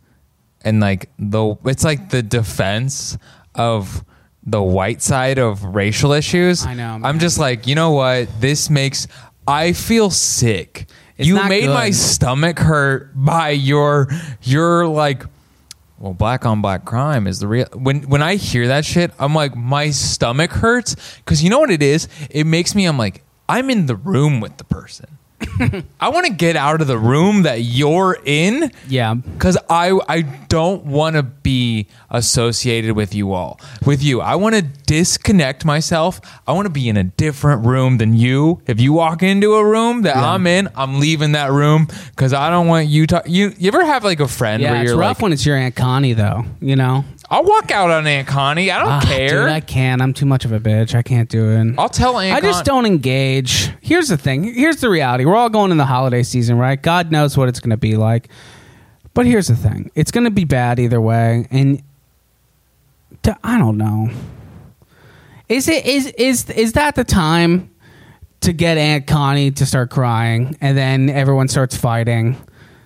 and like the, it's like the defense of the white side of racial issues.
I know,
I'm
man.
just like, you know what? This makes I feel sick.
It's
you
not
made
good.
my stomach hurt by your your like well black on black crime is the real when when i hear that shit i'm like my stomach hurts because you know what it is it makes me i'm like i'm in the room with the person <laughs> i want to get out of the room that you're in
Yeah.
because I I don't want to be associated with you all with you. I want to disconnect myself. I want to be in a different room than you. If you walk into a room that I'm in, I'm leaving that room because I don't want you to. You you ever have like a friend
Yeah,
where
it's
you're
rough
like,
when it's your Aunt Connie, though. You know,
I'll walk out on Aunt Connie. I don't
Ah,
care.
Dude, I can't. I'm too much of a bitch. I can't do it.
I'll tell Aunt.
I just
Con-
don't engage. Here's the thing. Here's the reality. We're all going in the holiday season, right? God knows what it's going to be like. But here's the thing. It's going to be bad either way, and to- I don't know. Is it is is is that the time to get Aunt Connie to start crying, and then everyone starts fighting?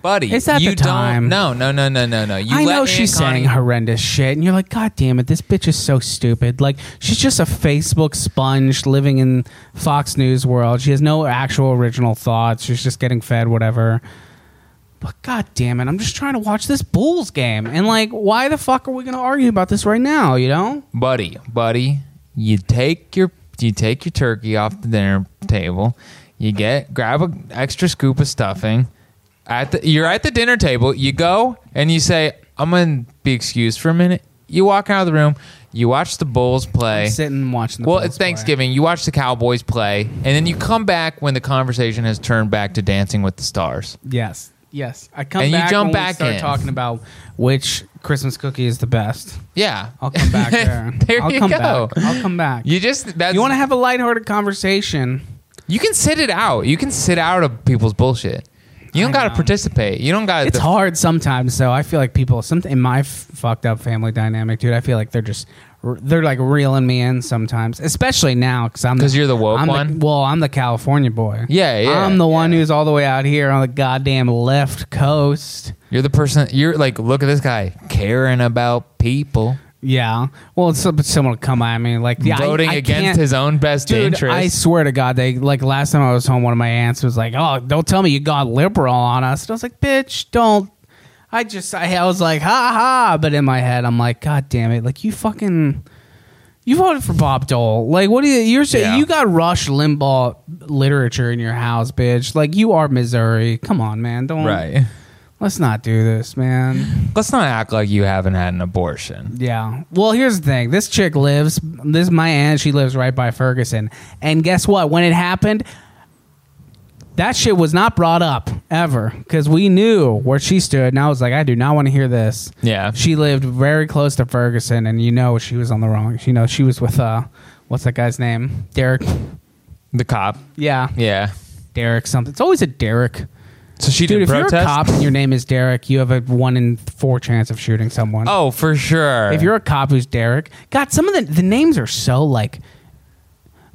buddy.
It's not
you
the time.
Don't, no, no, no, no, no, no. You
I
let
know
Aunt
she's
Connie-
saying horrendous shit, and you're like, God damn it, this bitch is so stupid. Like, she's just a Facebook sponge living in Fox News world. She has no actual original thoughts. She's just getting fed whatever. But God damn it, I'm just trying to watch this Bulls game. And, like, why the fuck are we going to argue about this right now, you know?
buddy, buddy, you take your you take your turkey off the dinner table. You get grab an extra scoop of stuffing. At the you're at the dinner table. You go and you say, "I'm gonna be excused for a minute." You walk out of the room. You watch the Bulls play.
Sitting and watching the
well,
Bulls
it's
play.
Thanksgiving. You watch the Cowboys play, and then you come back when the conversation has turned back to Dancing with the Stars.
Yes. Yes. I come
And you
back
jump
when
back
we start
in.
talking about which Christmas cookie is the best.
Yeah,
I'll
<laughs>
come back there.
there
I'll
you
come
go.
Back. I'll
<laughs>
come back.
You just that's
you want to have a lighthearted conversation.
You can sit it out. You can sit out of people's bullshit. You don't
I
got to
know.
participate. You don't got to.
It's hard sometimes, so I feel like people. Some in my f- fucked up family dynamic, dude. I feel like they're just they're like reeling me in sometimes, especially now because I'm
'Cause you're the woke
I'm
one?
well, I'm the California boy.
Yeah, yeah,
I'm the one
yeah.
who's all the way out here on the goddamn left coast.
You're the person. You're like, look at this guy caring about people,
Yeah. Well, it's some- someone will come at me like yeah, I-
voting
I
against
can't-
his own best
Dude,
interest.
I swear to God, they like last time I was home, one of my aunts was like, "Oh, don't tell me you got liberal on us." And I was like, "Bitch, don't." I just, I, I was like, "Ha ha," but in my head, I'm like, "God damn it!" Like you fucking, you voted for Bob Dole. Like, what do you? You're saying
Yeah.
you got Rush Limbaugh literature in your house, bitch. Like you are Missouri. Come on, man. Don't.
right.
Let's not do this, man.
Let's not act like you haven't had an abortion.
Yeah. Well, here's the thing. This chick lives. This is my aunt. She lives right by Ferguson. And guess what? When it happened, that shit was not brought up ever because we knew where she stood. And I was like, I do not want to hear this.
Yeah.
She lived very close to Ferguson, and you know she was on the wrong. You know she was with uh, what's that guy's name? Derek.
The cop.
Yeah,
Yeah.
Derek something. It's always a Derek.
So she
Dude,
did
if
protest.
you're a cop and your name is Derek, you have a one in four chance of shooting someone.
oh, for sure.
If you're a cop who's Derek, God, some of the the names are so like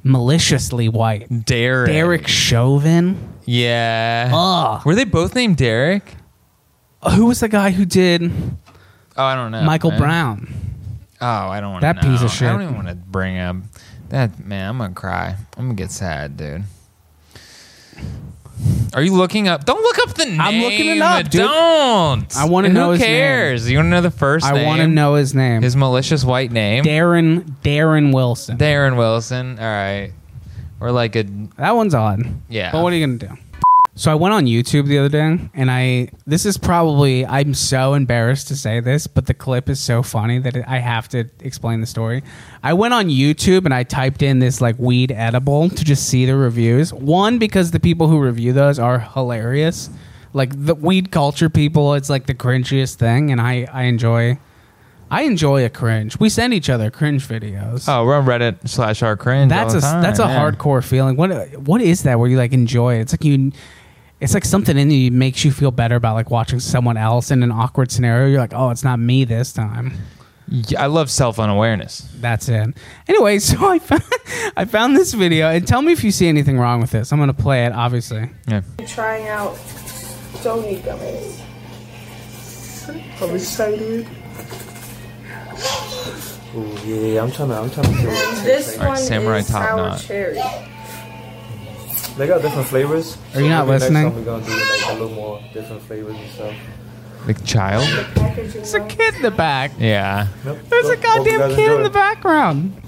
maliciously white.
Derek.
Derek Chauvin.
Yeah.
Ugh.
Were they both named Derek?
Who was the guy who did
Oh, I don't know.
Michael
man.
Brown?
Oh, I don't want
That piece of shit.
I don't even want to bring up that man. I'm gonna cry. I'm gonna get sad, dude. Are you looking up? Don't look up the name.
I'm looking it up, dude.
Don't.
I wanna
And
know
Who
his name.
cares? You want to know the first?
I
name?
want to know his name.
his malicious white name.
Darren Darren Wilson.
Darren Wilson. All right, or like a
That one's odd.
Yeah.
But what are you gonna do? So I went on YouTube the other day, and I this is probably I'm so embarrassed to say this, but the clip is so funny that I have to explain the story. I went on YouTube and I typed in this like weed edible to just see the reviews. One because the people who review those are hilarious, like the weed culture people. It's like the cringiest thing, and I I enjoy I enjoy a cringe. We send each other cringe videos.
Oh, we're on Reddit slash our cringe. all
that's
the
a
time,
that's a
yeah.
hardcore feeling. What what is that? Where you like enjoy it? It's like you, it's like something in you makes you feel better about like watching someone else in an awkward scenario. You're like, oh, it's not me this time.
Yeah, I love self unawareness.
That's it. Anyway, <laughs> so I found, I found this video, and tell me if you see anything wrong with this. I'm gonna play it, obviously.
Yeah.
trying out Sony gummies. I'm excited.
Ooh, yeah, yeah, I'm trying to, I'm trying to feel the
This
taste.
Alright,
one
Samurai
is
Top
sour
Knot.
cherry.
They got different flavors.
Are you not
Maybe next time
listening?
we're gonna do like a little more different flavors and stuff.
Like child?
Packaging
There's a kid in the back.
Yeah.
Nope.
There's a
Hope- hope you
goddamn
guys
kid in
enjoy.
the background.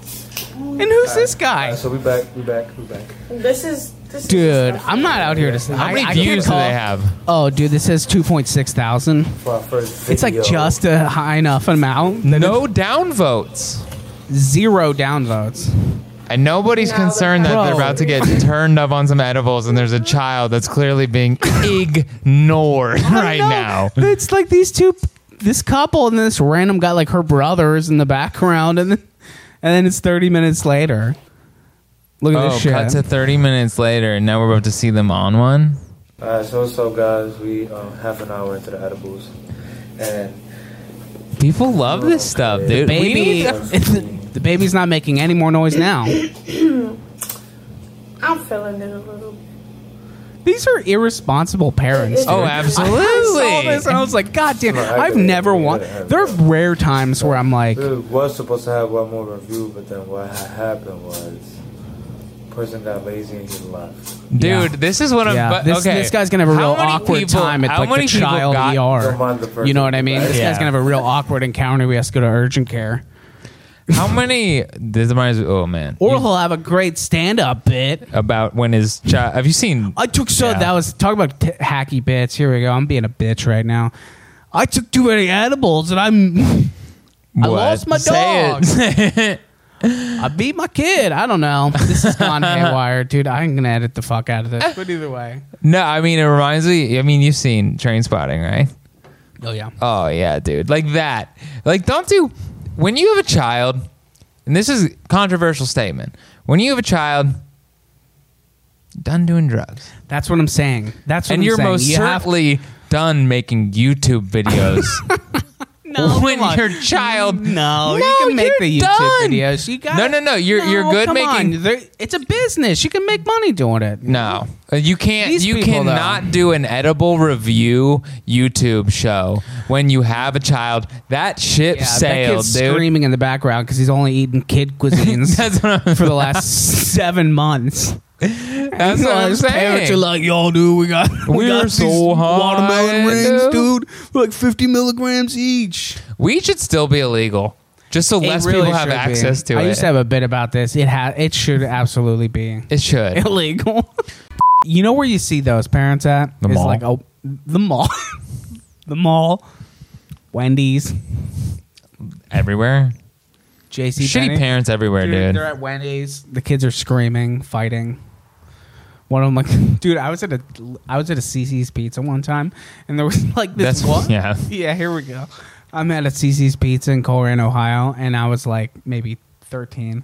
And who's this guy?
Alright, so we back, we back, we back.
This is this Is
Dude,
disgusting.
I'm not out here to.
How
I-
many
I can't
views do
call-
they have?
Oh, dude, this has 2.6 thousand.
For our first video.
It's like just a high enough amount.
No downvotes.
Zero downvotes.
And nobody's
No,
concerned that
they're
they're about
not.
to
<laughs>
get turned up on some edibles and there's a child that's clearly being ignored right
No,
now.
It's like these two, this couple and this random guy, like her brothers in the background, and then, and then it's 30 minutes later. Look at
Oh,
this shit.
cut to 30 minutes later and now we're about to see them on one?
Alright, so what's up, guys? We um, half an hour into the edibles, and
People love this stuff, dude. We
baby, <laughs>
need to-
the baby's not making any more noise now.
I'm feeling it a little.
These are irresponsible parents. dude.
Oh, <laughs>
I saw
absolutely.
this and I was like, God damn!
I
I've
agree.
never
Yeah,
won.
I agree.
There are rare times where I'm like,
we was supposed to have one more review, but then what ha- happened was, person got lazy and he left.
Dude, this is what I'm.
Yeah,
but-
this,
okay.
this guy's gonna have a
How
real
many
awkward
people-
time at
how
like
many
the
people
child
got-
Don't mind the
ER.
person
You know what I mean? This
Yeah.
guy's gonna have a real awkward encounter. We have to go to urgent care,
How many? This reminds me. Oh man.
or he'll have a great stand-up bit.
about when his child. Have you seen?
I took so
Yeah.
that was talk about t- hacky bits. Here we go. I'm being a bitch right now. I took too many edibles and I'm <laughs>
What?
lost my
Say
dog.
it.
I beat my kid. I don't know. This is gone haywire, dude. I'm gonna edit the fuck out of this. But either way,
<laughs> no, I mean it reminds me. I mean you've seen Train Spotting, right?
oh yeah.
Oh yeah, dude. Like that. Like don't do when you have a child, and this is a controversial statement. When you have a child, done doing drugs,
That's what I'm saying. That's what
and
I'm
you're
saying.
most
You have-
certainly done making YouTube
<laughs>
videos.
No,
<laughs> when
come on.
your child.
<laughs> No, you can make
you're
the YouTube
done.
videos. You got
No, no, no. You're you're good
come
making.
on. They're- It's a business. You can make money doing it.
No, Uh, you can't.
These
you
people, though.
cannot do an edible review YouTube show when you have a child. That ship
Yeah, that
sailed,
kid's
dude.
screaming in the background because he's only eating kid
<laughs>
cuisines
That's what I'm,
for the last seven months.
that's
<laughs>
what I'm
His Parents are
saying.
like, y'all, dude, we got we,
We're
got
so
these
high,
watermelon rings,
dude."
dude. We're like fifty milligrams each.
We should still be illegal, just so
It
less
really
people have
should be.
access to
I
it.
used to have a bit about this. It ha- it should absolutely be.
it should.
illegal. <laughs> you know where you see those parents at?
The
It's
mall.
Like a, the mall. <laughs> the mall. Wendy's.
Everywhere.
JC
Shitty parents everywhere, dude.
They're at Wendy's. The kids are screaming, fighting. One of them like, <laughs> dude, I was at a, I was at a CC's Pizza one time, and there was <laughs> like this
That's- <laughs>
one.
yeah.
yeah. Here we go. I'm at a CC's Pizza in Coleraine, Ohio, and I was like maybe 13,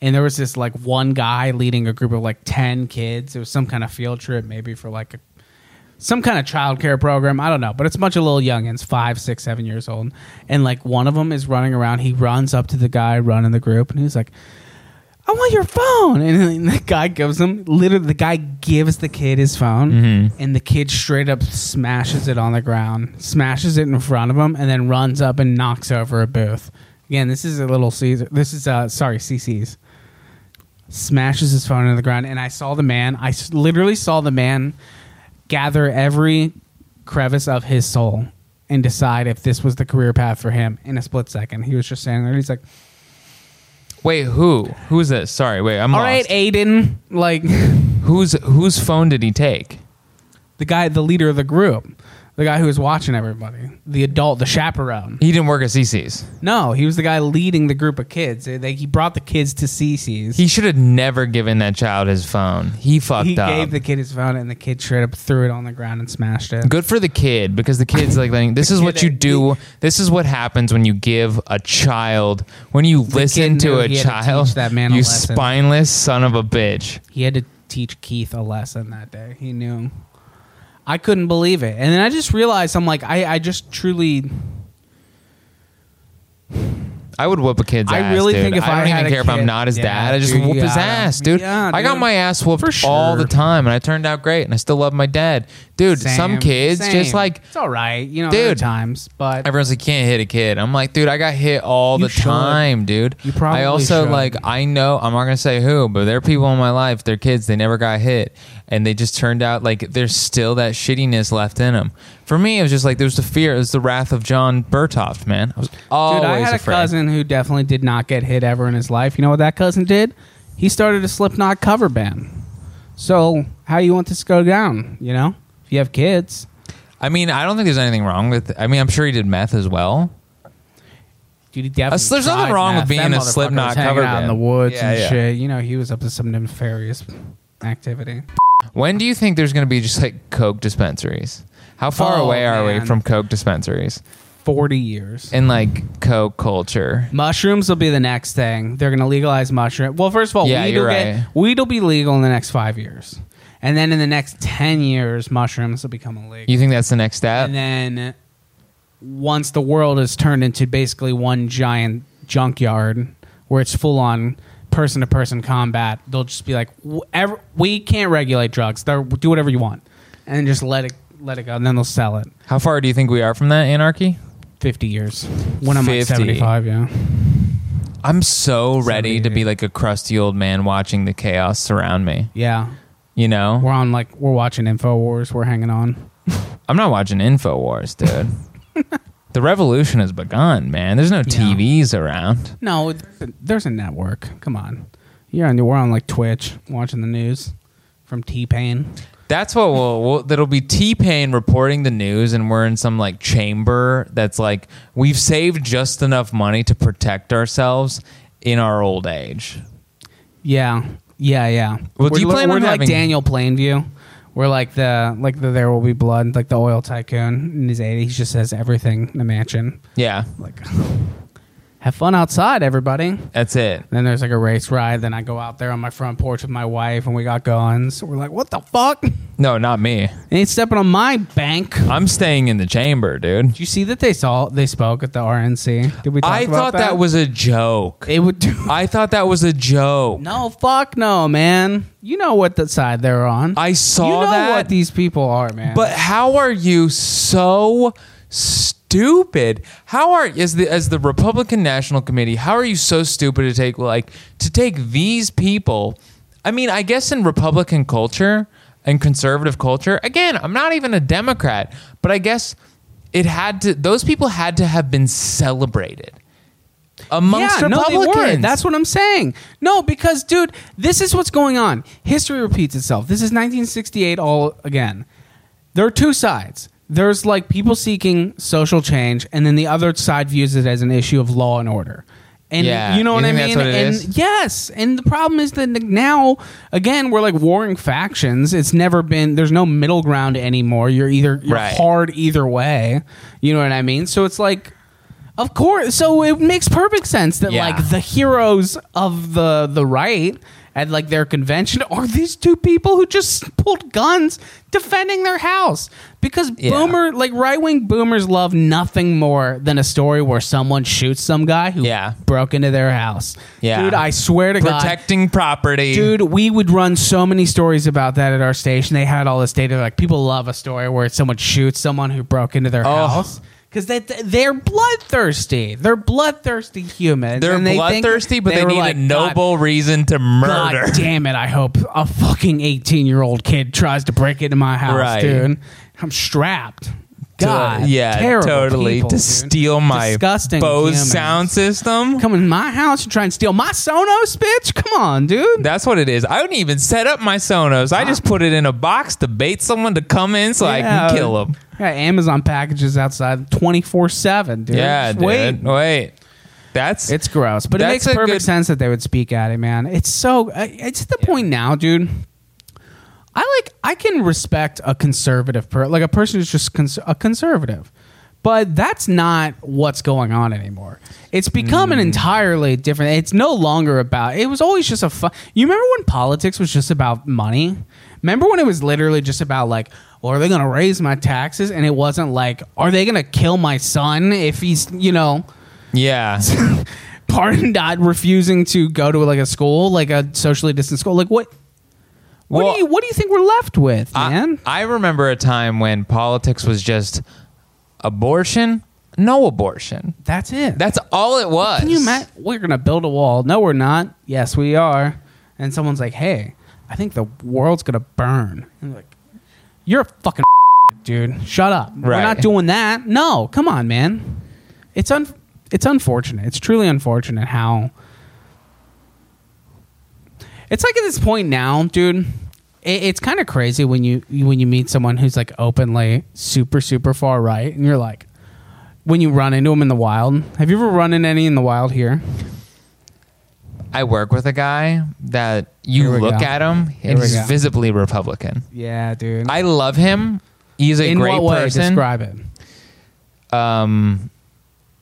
and there was this like one guy leading a group of like 10 kids. It was some kind of field trip, maybe for like a some kind of childcare program. I don't know, but it's a bunch of little youngins, five, six, seven years old, and like one of them is running around. He runs up to the guy running the group, and he's like, "I want your phone!" And then the guy gives him literally the guy gives the kid his phone, and the kid straight up smashes it on the ground, smashes it in front of him, and then runs up and knocks over a booth. Again, this is a little Caesar. This is uh, sorry, CC's smashes his phone into the ground and i saw the man i s- literally saw the man gather every crevice of his soul and decide if this was the career path for him in a split second he was just standing there and he's like
Wait, who? Who's this? Sorry, wait, I'm
all right
lost.
aiden like <laughs>
Whose whose phone did he take?
the guy the leader of the group the guy who was watching everybody, the adult, the chaperone.
He didn't work at CC's.
No, he was the guy leading the group of kids. They, they- he brought the kids to CC's.
He should have never given that child his phone. He fucked
he
up.
gave the kid his phone, and the kid straight up threw it on the ground and smashed it.
Good for the kid because the kid's like, like, this is what
kid
you
ain't
do. This is what happens when you give a child, when you listen
kid
to
knew
a
he had to teach
child,
that man a
you
lesson.
spineless son of a bitch.
He had to teach Keith a lesson that day. He knew. I couldn't believe it, and then I just realized I'm like I, I just truly
I would whoop a kid's
I
ass.
really
dude.
think if I
don't
had
even
a
care if I'm
kid-
not his
yeah,
dad, I just
dude, you
whoop his
gotta-
ass, dude.
yeah,
I got
dude.
my ass whooped
For
all the
sure.
time, and I turned out great, and I still love my dad, dude. Some
Same,
kids just
same.
like
it's all right, you know,
Dude.
other times, but
Everyone's like, you can't hit a kid. I'm like, dude, I got hit all
You
the
should.
time, dude.
You probably
I also
should.
like, I know I'm not gonna say who, but there are people in my life. They're kids. They never got hit, and they just turned out like there's still that shittiness left in them. For me, it was just like there was the fear. It was the wrath of John Burtoft, man. I was always
dude, I had a
afraid.
cousin who definitely did not get hit ever in his life. You know what that cousin did? He started a Slipknot cover band. So how you want this to go down? You know, if you have kids,
I mean, I don't think there's anything wrong with. I mean, I'm sure he did meth as well.
dude, he definitely.
there's nothing
tried
wrong with
meth.
being
That
a
motherfucker was
Slipknot
hanging
cover
out
band.
in the woods
Yeah,
and
yeah.
shit. You know, he was up to some nefarious activity.
When do you think there's gonna be just like coke dispensaries? How far
Oh,
away are we
man.
from coke dispensaries
Forty years.
and like coke culture?
Mushrooms will be the next thing. They're going to legalize mushroom. Well, first of all,
Yeah,
weed,
you're
will
right.
get, weed will be legal in the next five years, and then in the next ten years, mushrooms will become illegal.
You think that's the next step?
and then once the world is turned into basically one giant junkyard where it's full on person to person combat, they'll just be like, "W- ever- "We can't regulate drugs. They're, do whatever you want," and just let it let it go, and then they'll sell it.
How far do you think we are from that anarchy?
Fifty years. When I'm like
50.
seventy five, yeah.
I'm so ready to
Seventy.
be like a crusty old man watching the chaos surround me.
Yeah.
You
We're
know,
on like we're watching InfoWars, we're hanging on.
I'm not watching Infowars,
<laughs>
dude. the revolution has begun, man. There's no TVs around.
No, there's a network. Come on. You're on we're on like Twitch watching the news from T Pain.
That's what we'll, we'll that'll be T Pain reporting the news, and we're in some like chamber that's like we've saved just enough money to protect ourselves in our old age.
Yeah. Yeah, yeah.
Well, do
we're
you
li-
plan
we're
on
like
having-
Daniel Plainview. We're like the like the There Will Be Blood, like the oil tycoon in his eighties just says everything in the mansion.
Yeah,
Like have fun outside, everybody.
that's it.
Then there's like a race ride. Then I go out there on my front porch with my wife, and we got guns. We're like, "What the fuck?
No, not me.
They ain't stepping on my bank."
I'm staying in the chamber, dude.
Do you see that they saw they spoke at the RNC? Did we? Talk
I
about
thought that?
that
was a joke.
they would do. <laughs>
I thought that was a joke.
No, fuck no, man. You know what the side they're on.
I saw
you know
that.
what these people are, man.
but how are you so stupid? How are as the as the Republican National Committee? How are you so stupid to take like to take these people? I mean, I guess in Republican culture and conservative culture, again, I'm not even a Democrat, but I guess it had to. Those people had to have been celebrated amongst
no, they
Republicans.
weren't. That's what I'm saying. No, because dude, this is what's going on. History repeats itself. This is 1968 all again. There are two sides. There's like people seeking social change, and then the other side views it as an issue of law and order. And
Yeah.
you know
You
what I
think that's
mean?
what it
and
is?
yes, and the problem is that now again we're like warring factions. It's never been there's no middle ground anymore. You're either you're
Right.
hard either way. You know what I mean? So it's like of course. So it makes perfect sense that
Yeah.
like the heroes of the the right at like their convention are these two people who just pulled guns defending their house because
Yeah.
boomer like right wing boomers love nothing more than a story where someone shoots some guy who
Yeah.
broke into their house.
Yeah.
dude, I swear to God,
protecting property,
Dude, we would run so many stories about that at our station. They had all this data. Like people love a story where someone shoots someone who broke into their
Oh.
house because they they're bloodthirsty. They're bloodthirsty humans.
They're
and they think-
bloodthirsty, but they,
were
need
like,
a
"God-
noble reason to
God,
murder.
damn it! I hope a fucking eighteen year old kid tries to break into my house,
Right.
dude. I'm strapped. God,
yeah,
terrible
totally.
people,
to
dude.
steal my
Disgusting
Bose
humans.
sound system.
Come in my house and try and steal my Sonos, bitch. Come on, dude.
That's what it is. I wouldn't even set up my Sonos. I just put it in a box to bait someone to come in so I
Ah. Yeah.
can kill them.
Yeah, Amazon packages outside twenty four seven, dude.
Yeah,
Just
dude.
wait.
Wait. That's
It's gross, but it
That's
makes
a
perfect
good-
sense that they would speak at it, man. It's so. I- It's at the point now, dude. I like. I can respect a conservative per, like a person who's just cons- a conservative, but that's not what's going on anymore. It's become
Mm.
an entirely different. It's no longer about. It was always just a. Fu- you remember when politics was just about money? Remember when it was literally just about like. Or are they going to raise my taxes? And it wasn't like, are they going to kill my son if he's, you know,
yeah.
pardon not refusing to go to like a school like a socially distant school like what what
Well,
do you what do you think we're left with
I-
<laughs> man
I, remember a time when politics was just abortion, no abortion.
that's it
That's all it was.
can you Matt? we're gonna build a wall no we're not yes we are and someone's like hey i think the world's gonna burn and you're like you're a fucking <laughs> dude shut up we're
Right.
not doing that no come on man it's un it's unfortunate it's truly unfortunate how It's like at this point now, dude. It, it's kind of crazy when you when you meet someone who's like openly super super far right, and you're like, when you run into them in the wild. Have you ever run into any in the wild here?
I work with a guy that you
Here we
look
go.
at him
Here
and
we
he's
go.
visibly Republican.
Yeah, dude.
I love him. He's a
in
great
what way?
person.
Describe it.
um,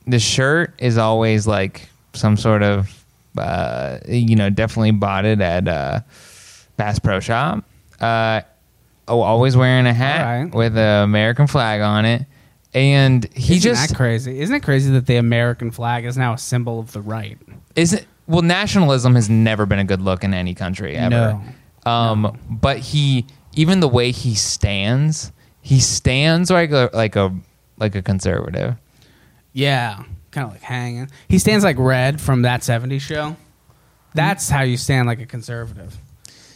the shirt is always like some sort of, uh, you know, definitely bought it at uh, Bass Pro Shop. Uh, oh, always wearing a hat
All right.
with an American flag on it, and he
Isn't
just
that crazy. Isn't it crazy that the American flag is now a symbol of the right?
isn't. Well, nationalism has never been a good look in any country ever. Um, but he, even the way he stands, he stands like a like a like a conservative.
Yeah, kind of like hanging. He stands like Red from that '70s show. That's how you stand like a conservative.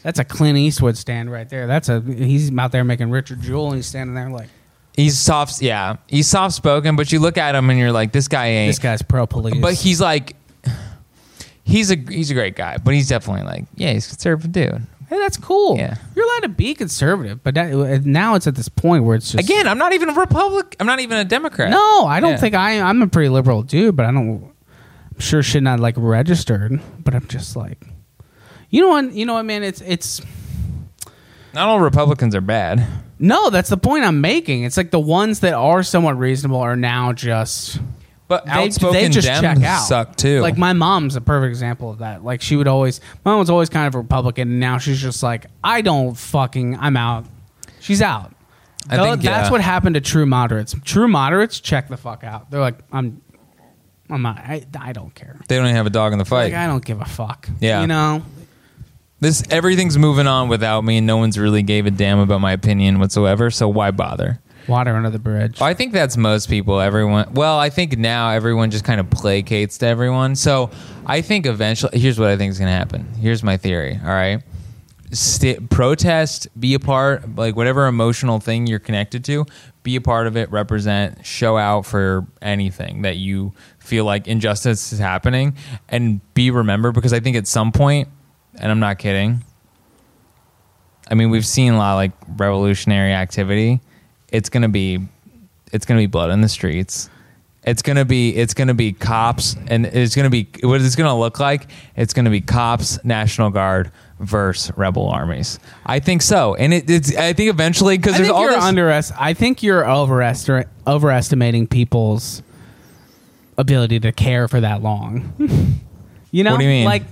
That's a Clint Eastwood stand right there. That's a he's out there making Richard Jewell, and he's standing there like
He's soft, yeah. He's soft spoken, but you look at him and you're like, this guy ain't.
this guy's pro police.
But he's like, he's a he's a great guy, but he's definitely like, yeah, he's a conservative dude.
hey, that's cool.
Yeah.
You're allowed to be conservative, but that, now it's at this point where it's just
Again, I'm not even a Republic. I'm not even a Democrat.
No, I don't
Yeah.
think I. I'm a pretty liberal dude, but I don't. I'm sure shit not like registered, but I'm just like, you know what? You know what, man? It's it's.
not all Republicans are bad.
No, that's the point I'm making. It's like the ones that are somewhat reasonable are now just
But
they,
outspoken
they just
Dems
check out.
suck too.
Like my mom's a perfect example of that. Like she would always, my mom was always kind of Republican, and now she's just like, I don't fucking, I'm out. She's out.
I
Tho-
think,
that's
yeah.
what happened to true moderates. True moderates check the fuck out. They're like, I'm, I'm not. I, I don't care.
they don't even have a dog in the fight.
Like I don't give a fuck.
Yeah.
you know.
this everything's moving on without me, and no one's really gave a damn about my opinion whatsoever. So why bother?
Water under the bridge.
I think that's most people. Everyone. Well, I think now everyone just kind of placates to everyone. So I think eventually, here's what I think is going to happen. Here's my theory. All right. St- protest, be a part, like whatever emotional thing you're connected to, be a part of it, represent, show out for anything that you feel like injustice is happening, and be remembered because I think at some point, and I'm not kidding, I mean, we've seen a lot of like revolutionary activity. It's gonna be, it's gonna be blood in the streets. It's gonna be, it's gonna be cops, and it's gonna be what it's gonna look like. It's gonna be cops, National Guard versus rebel armies. I think so, and it, it's. I think eventually because
I
there's
think
all
you're
this.
underest- I think you're overestim- overestimating people's ability to care for that long. <laughs> you know,
What do you mean?
Like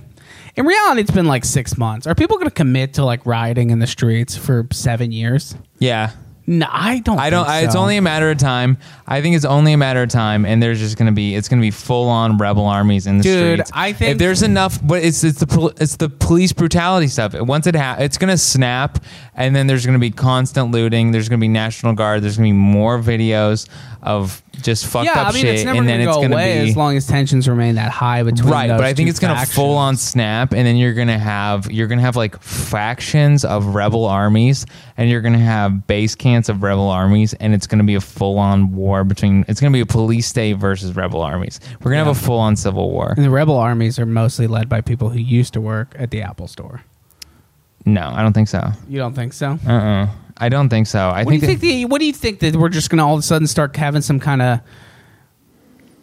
in reality, it's been like six months. Are people going to commit to like rioting in the streets for seven years?
yeah,
No, I don't.
I don't.
think
I, it's
so.
only a matter of time. I think it's only a matter of time, and there's just gonna be. It's gonna be full on rebel armies in the
Dude,
streets.
I think-
if there's enough, but it's it's the pol- it's the police brutality stuff. Once it ha- it's gonna snap, and then there's gonna be constant looting. There's gonna be national guard. There's gonna be more videos of just fucked
Yeah,
up
I mean,
shit,
it's never
and
going
then
to
it's
go
gonna
away
be
as long as tensions remain that high between
right
those
but i think
two
it's going to
factions.
full on snap and then you're going to have you're going to have like factions of rebel armies and you're going to have base camps alliance of rebel armies, and it's going to be a full on war between. It's going to be a police state versus rebel armies. We're going to have a full on civil war.
And the rebel armies are mostly led by people who used to work at the Apple store.
No, I don't think so.
You don't think so?
Uh uh I don't think so. I
what do you
that-
think the, what do you think that we're just going to all of a sudden start having some kind of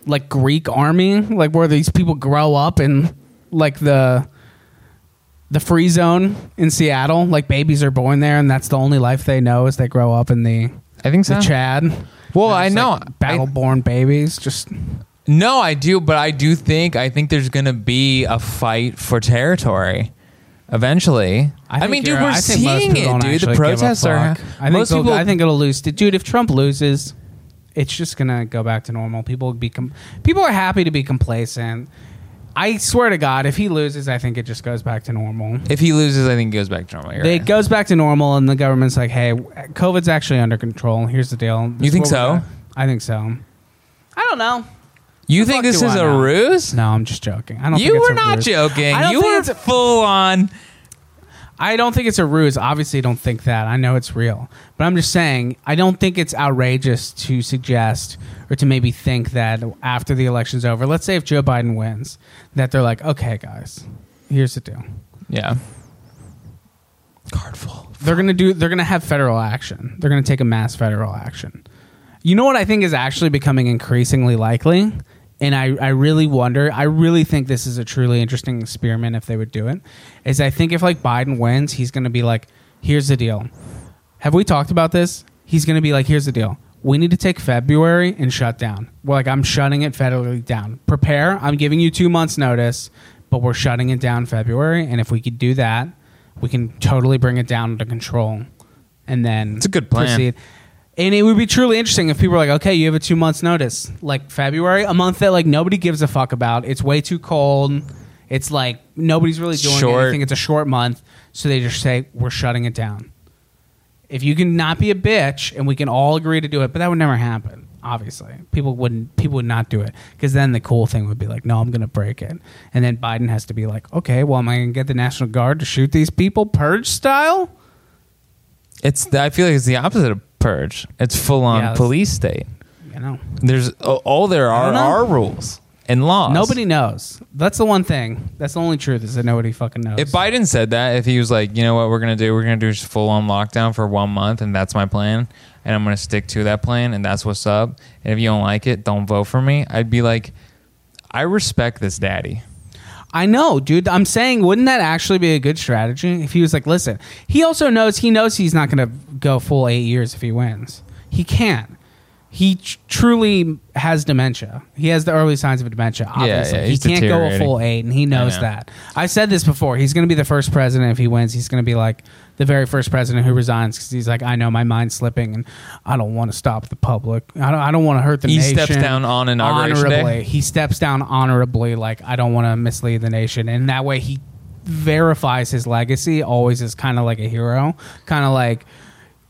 like Greek army, like where these people grow up in like the the free zone in Seattle, like babies are born there and that's the only life they know is they grow up in the
I think
the
so.
Chad.
Well,
They're
I
just,
know. I-
like, battle-born babies just
No, I do, but I do think I think there's going to be a fight for territory eventually. I,
think
mean, dude,
you're-
we're
I think most
seeing
people
it,
don't
dude.
actually
The
give a
protests are.
fuck. I think
most
they'll-
people.
I think it'll lose, dude. If Trump loses, it's just gonna go back to normal. People would be com- people are happy to be complacent. I swear to God, if he loses, I think it just goes back to normal.
if he loses, I think it goes back to normal. You're
It
right.
goes back to normal, and the government's like, "Hey, COVID's actually under control. Here's the deal." This
You
is
think
what we're
so?
gonna- I think so. I don't know.
you
the
think
fuck
this
do
is
I
a
know?
ruse?
No, I'm just joking. I don't.
you
think it's
were
a
not
ruse.
joking.
I don't
You
think
were
it's a-
full on.
I don't think it's a ruse. Obviously, I don't think that. I know it's real. But I'm just saying, I don't think it's outrageous to suggest or to maybe think that after the election's over, let's say if Joe Biden wins, that they're like, okay, guys, here's the deal.
Yeah. Card full.
They're gonna do. They're gonna have federal action. They're gonna take a mass federal action. You know what I think is actually becoming increasingly likely, and I, I really wonder. I really think this is a truly interesting experiment if they would do it. Is I think if like Biden wins, he's gonna be like, here's the deal. Have we talked about this? He's gonna be like, here's the deal. We need to take February and shut down. We're like, I'm shutting it federally down. Prepare. I'm giving you two months notice, but we're shutting it down February. And if we could do that, we can totally bring it down to control. And then
It's a good plan.
And it would be truly interesting if people were like, okay, you have a two months notice, like February, a month that like nobody gives a fuck about. It's way too cold. It's like nobody's really doing
Short.
anything. It's a short month, so they just say we're shutting it down. If you can not be a bitch and we can all agree to do it, but that would never happen. Obviously, people wouldn't. People would not do it because then the cool thing would be like, no, I'm going to break it, and then Biden has to be like, okay, well, am I going to get the National Guard to shoot these people purge style?
It's. I feel like it's the opposite of purge. It's full on
Yeah, it's-
police state.
You know,
There's all there
I
are
don't know.
are rules and laws.
nobody knows. That's the one thing. That's the only truth is that nobody fucking knows.
If Biden said that, if he was like, you know what, we're gonna do, we're gonna do just full on lockdown for one month, and that's my plan, and I'm gonna stick to that plan, and that's what's up. And if you don't like it, don't vote for me. I'd be like, I respect this daddy.
I know, dude. I'm saying, wouldn't that actually be a good strategy if he was like, listen, he also knows he knows he's not going to go full eight years if he wins. He can't. He tr- truly has dementia. He has the early signs of dementia. Obviously,
yeah,
he
he's
can't go a
deteriorating.
full eight, and he knows
know.
that. I said this before. He's going to be the first president if he wins. He's going to be like the very first president who resigns because he's like, I know my mind's slipping, and I don't want to stop the public. I don't. I don't want to hurt the
He
nation.
steps down on inauguration day?
honorably he steps down honorably like i don't want to mislead the nation and that way he verifies his legacy always as kind of like a hero kind of like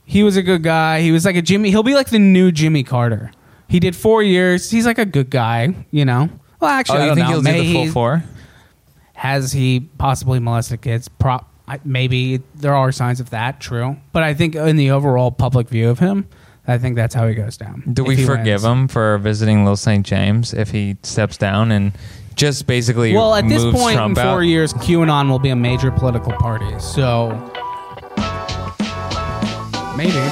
he was a good guy he was like a jimmy he'll be like the new jimmy carter he did four years he's like a good guy you know well actually
oh, you
I don't
think
know.
he'll
Maybe
do the full
he-
four?
has he possibly molested kids prop I- maybe there are signs of that true but i think in the overall public view of him i think that's how he goes down
Do
if
we
he
forgive
wins.
him for visiting Little St. James if he steps down and just basically
Well, at this
moves
point
Trump
in four
out?
years, QAnon will be a major political party. So maybe.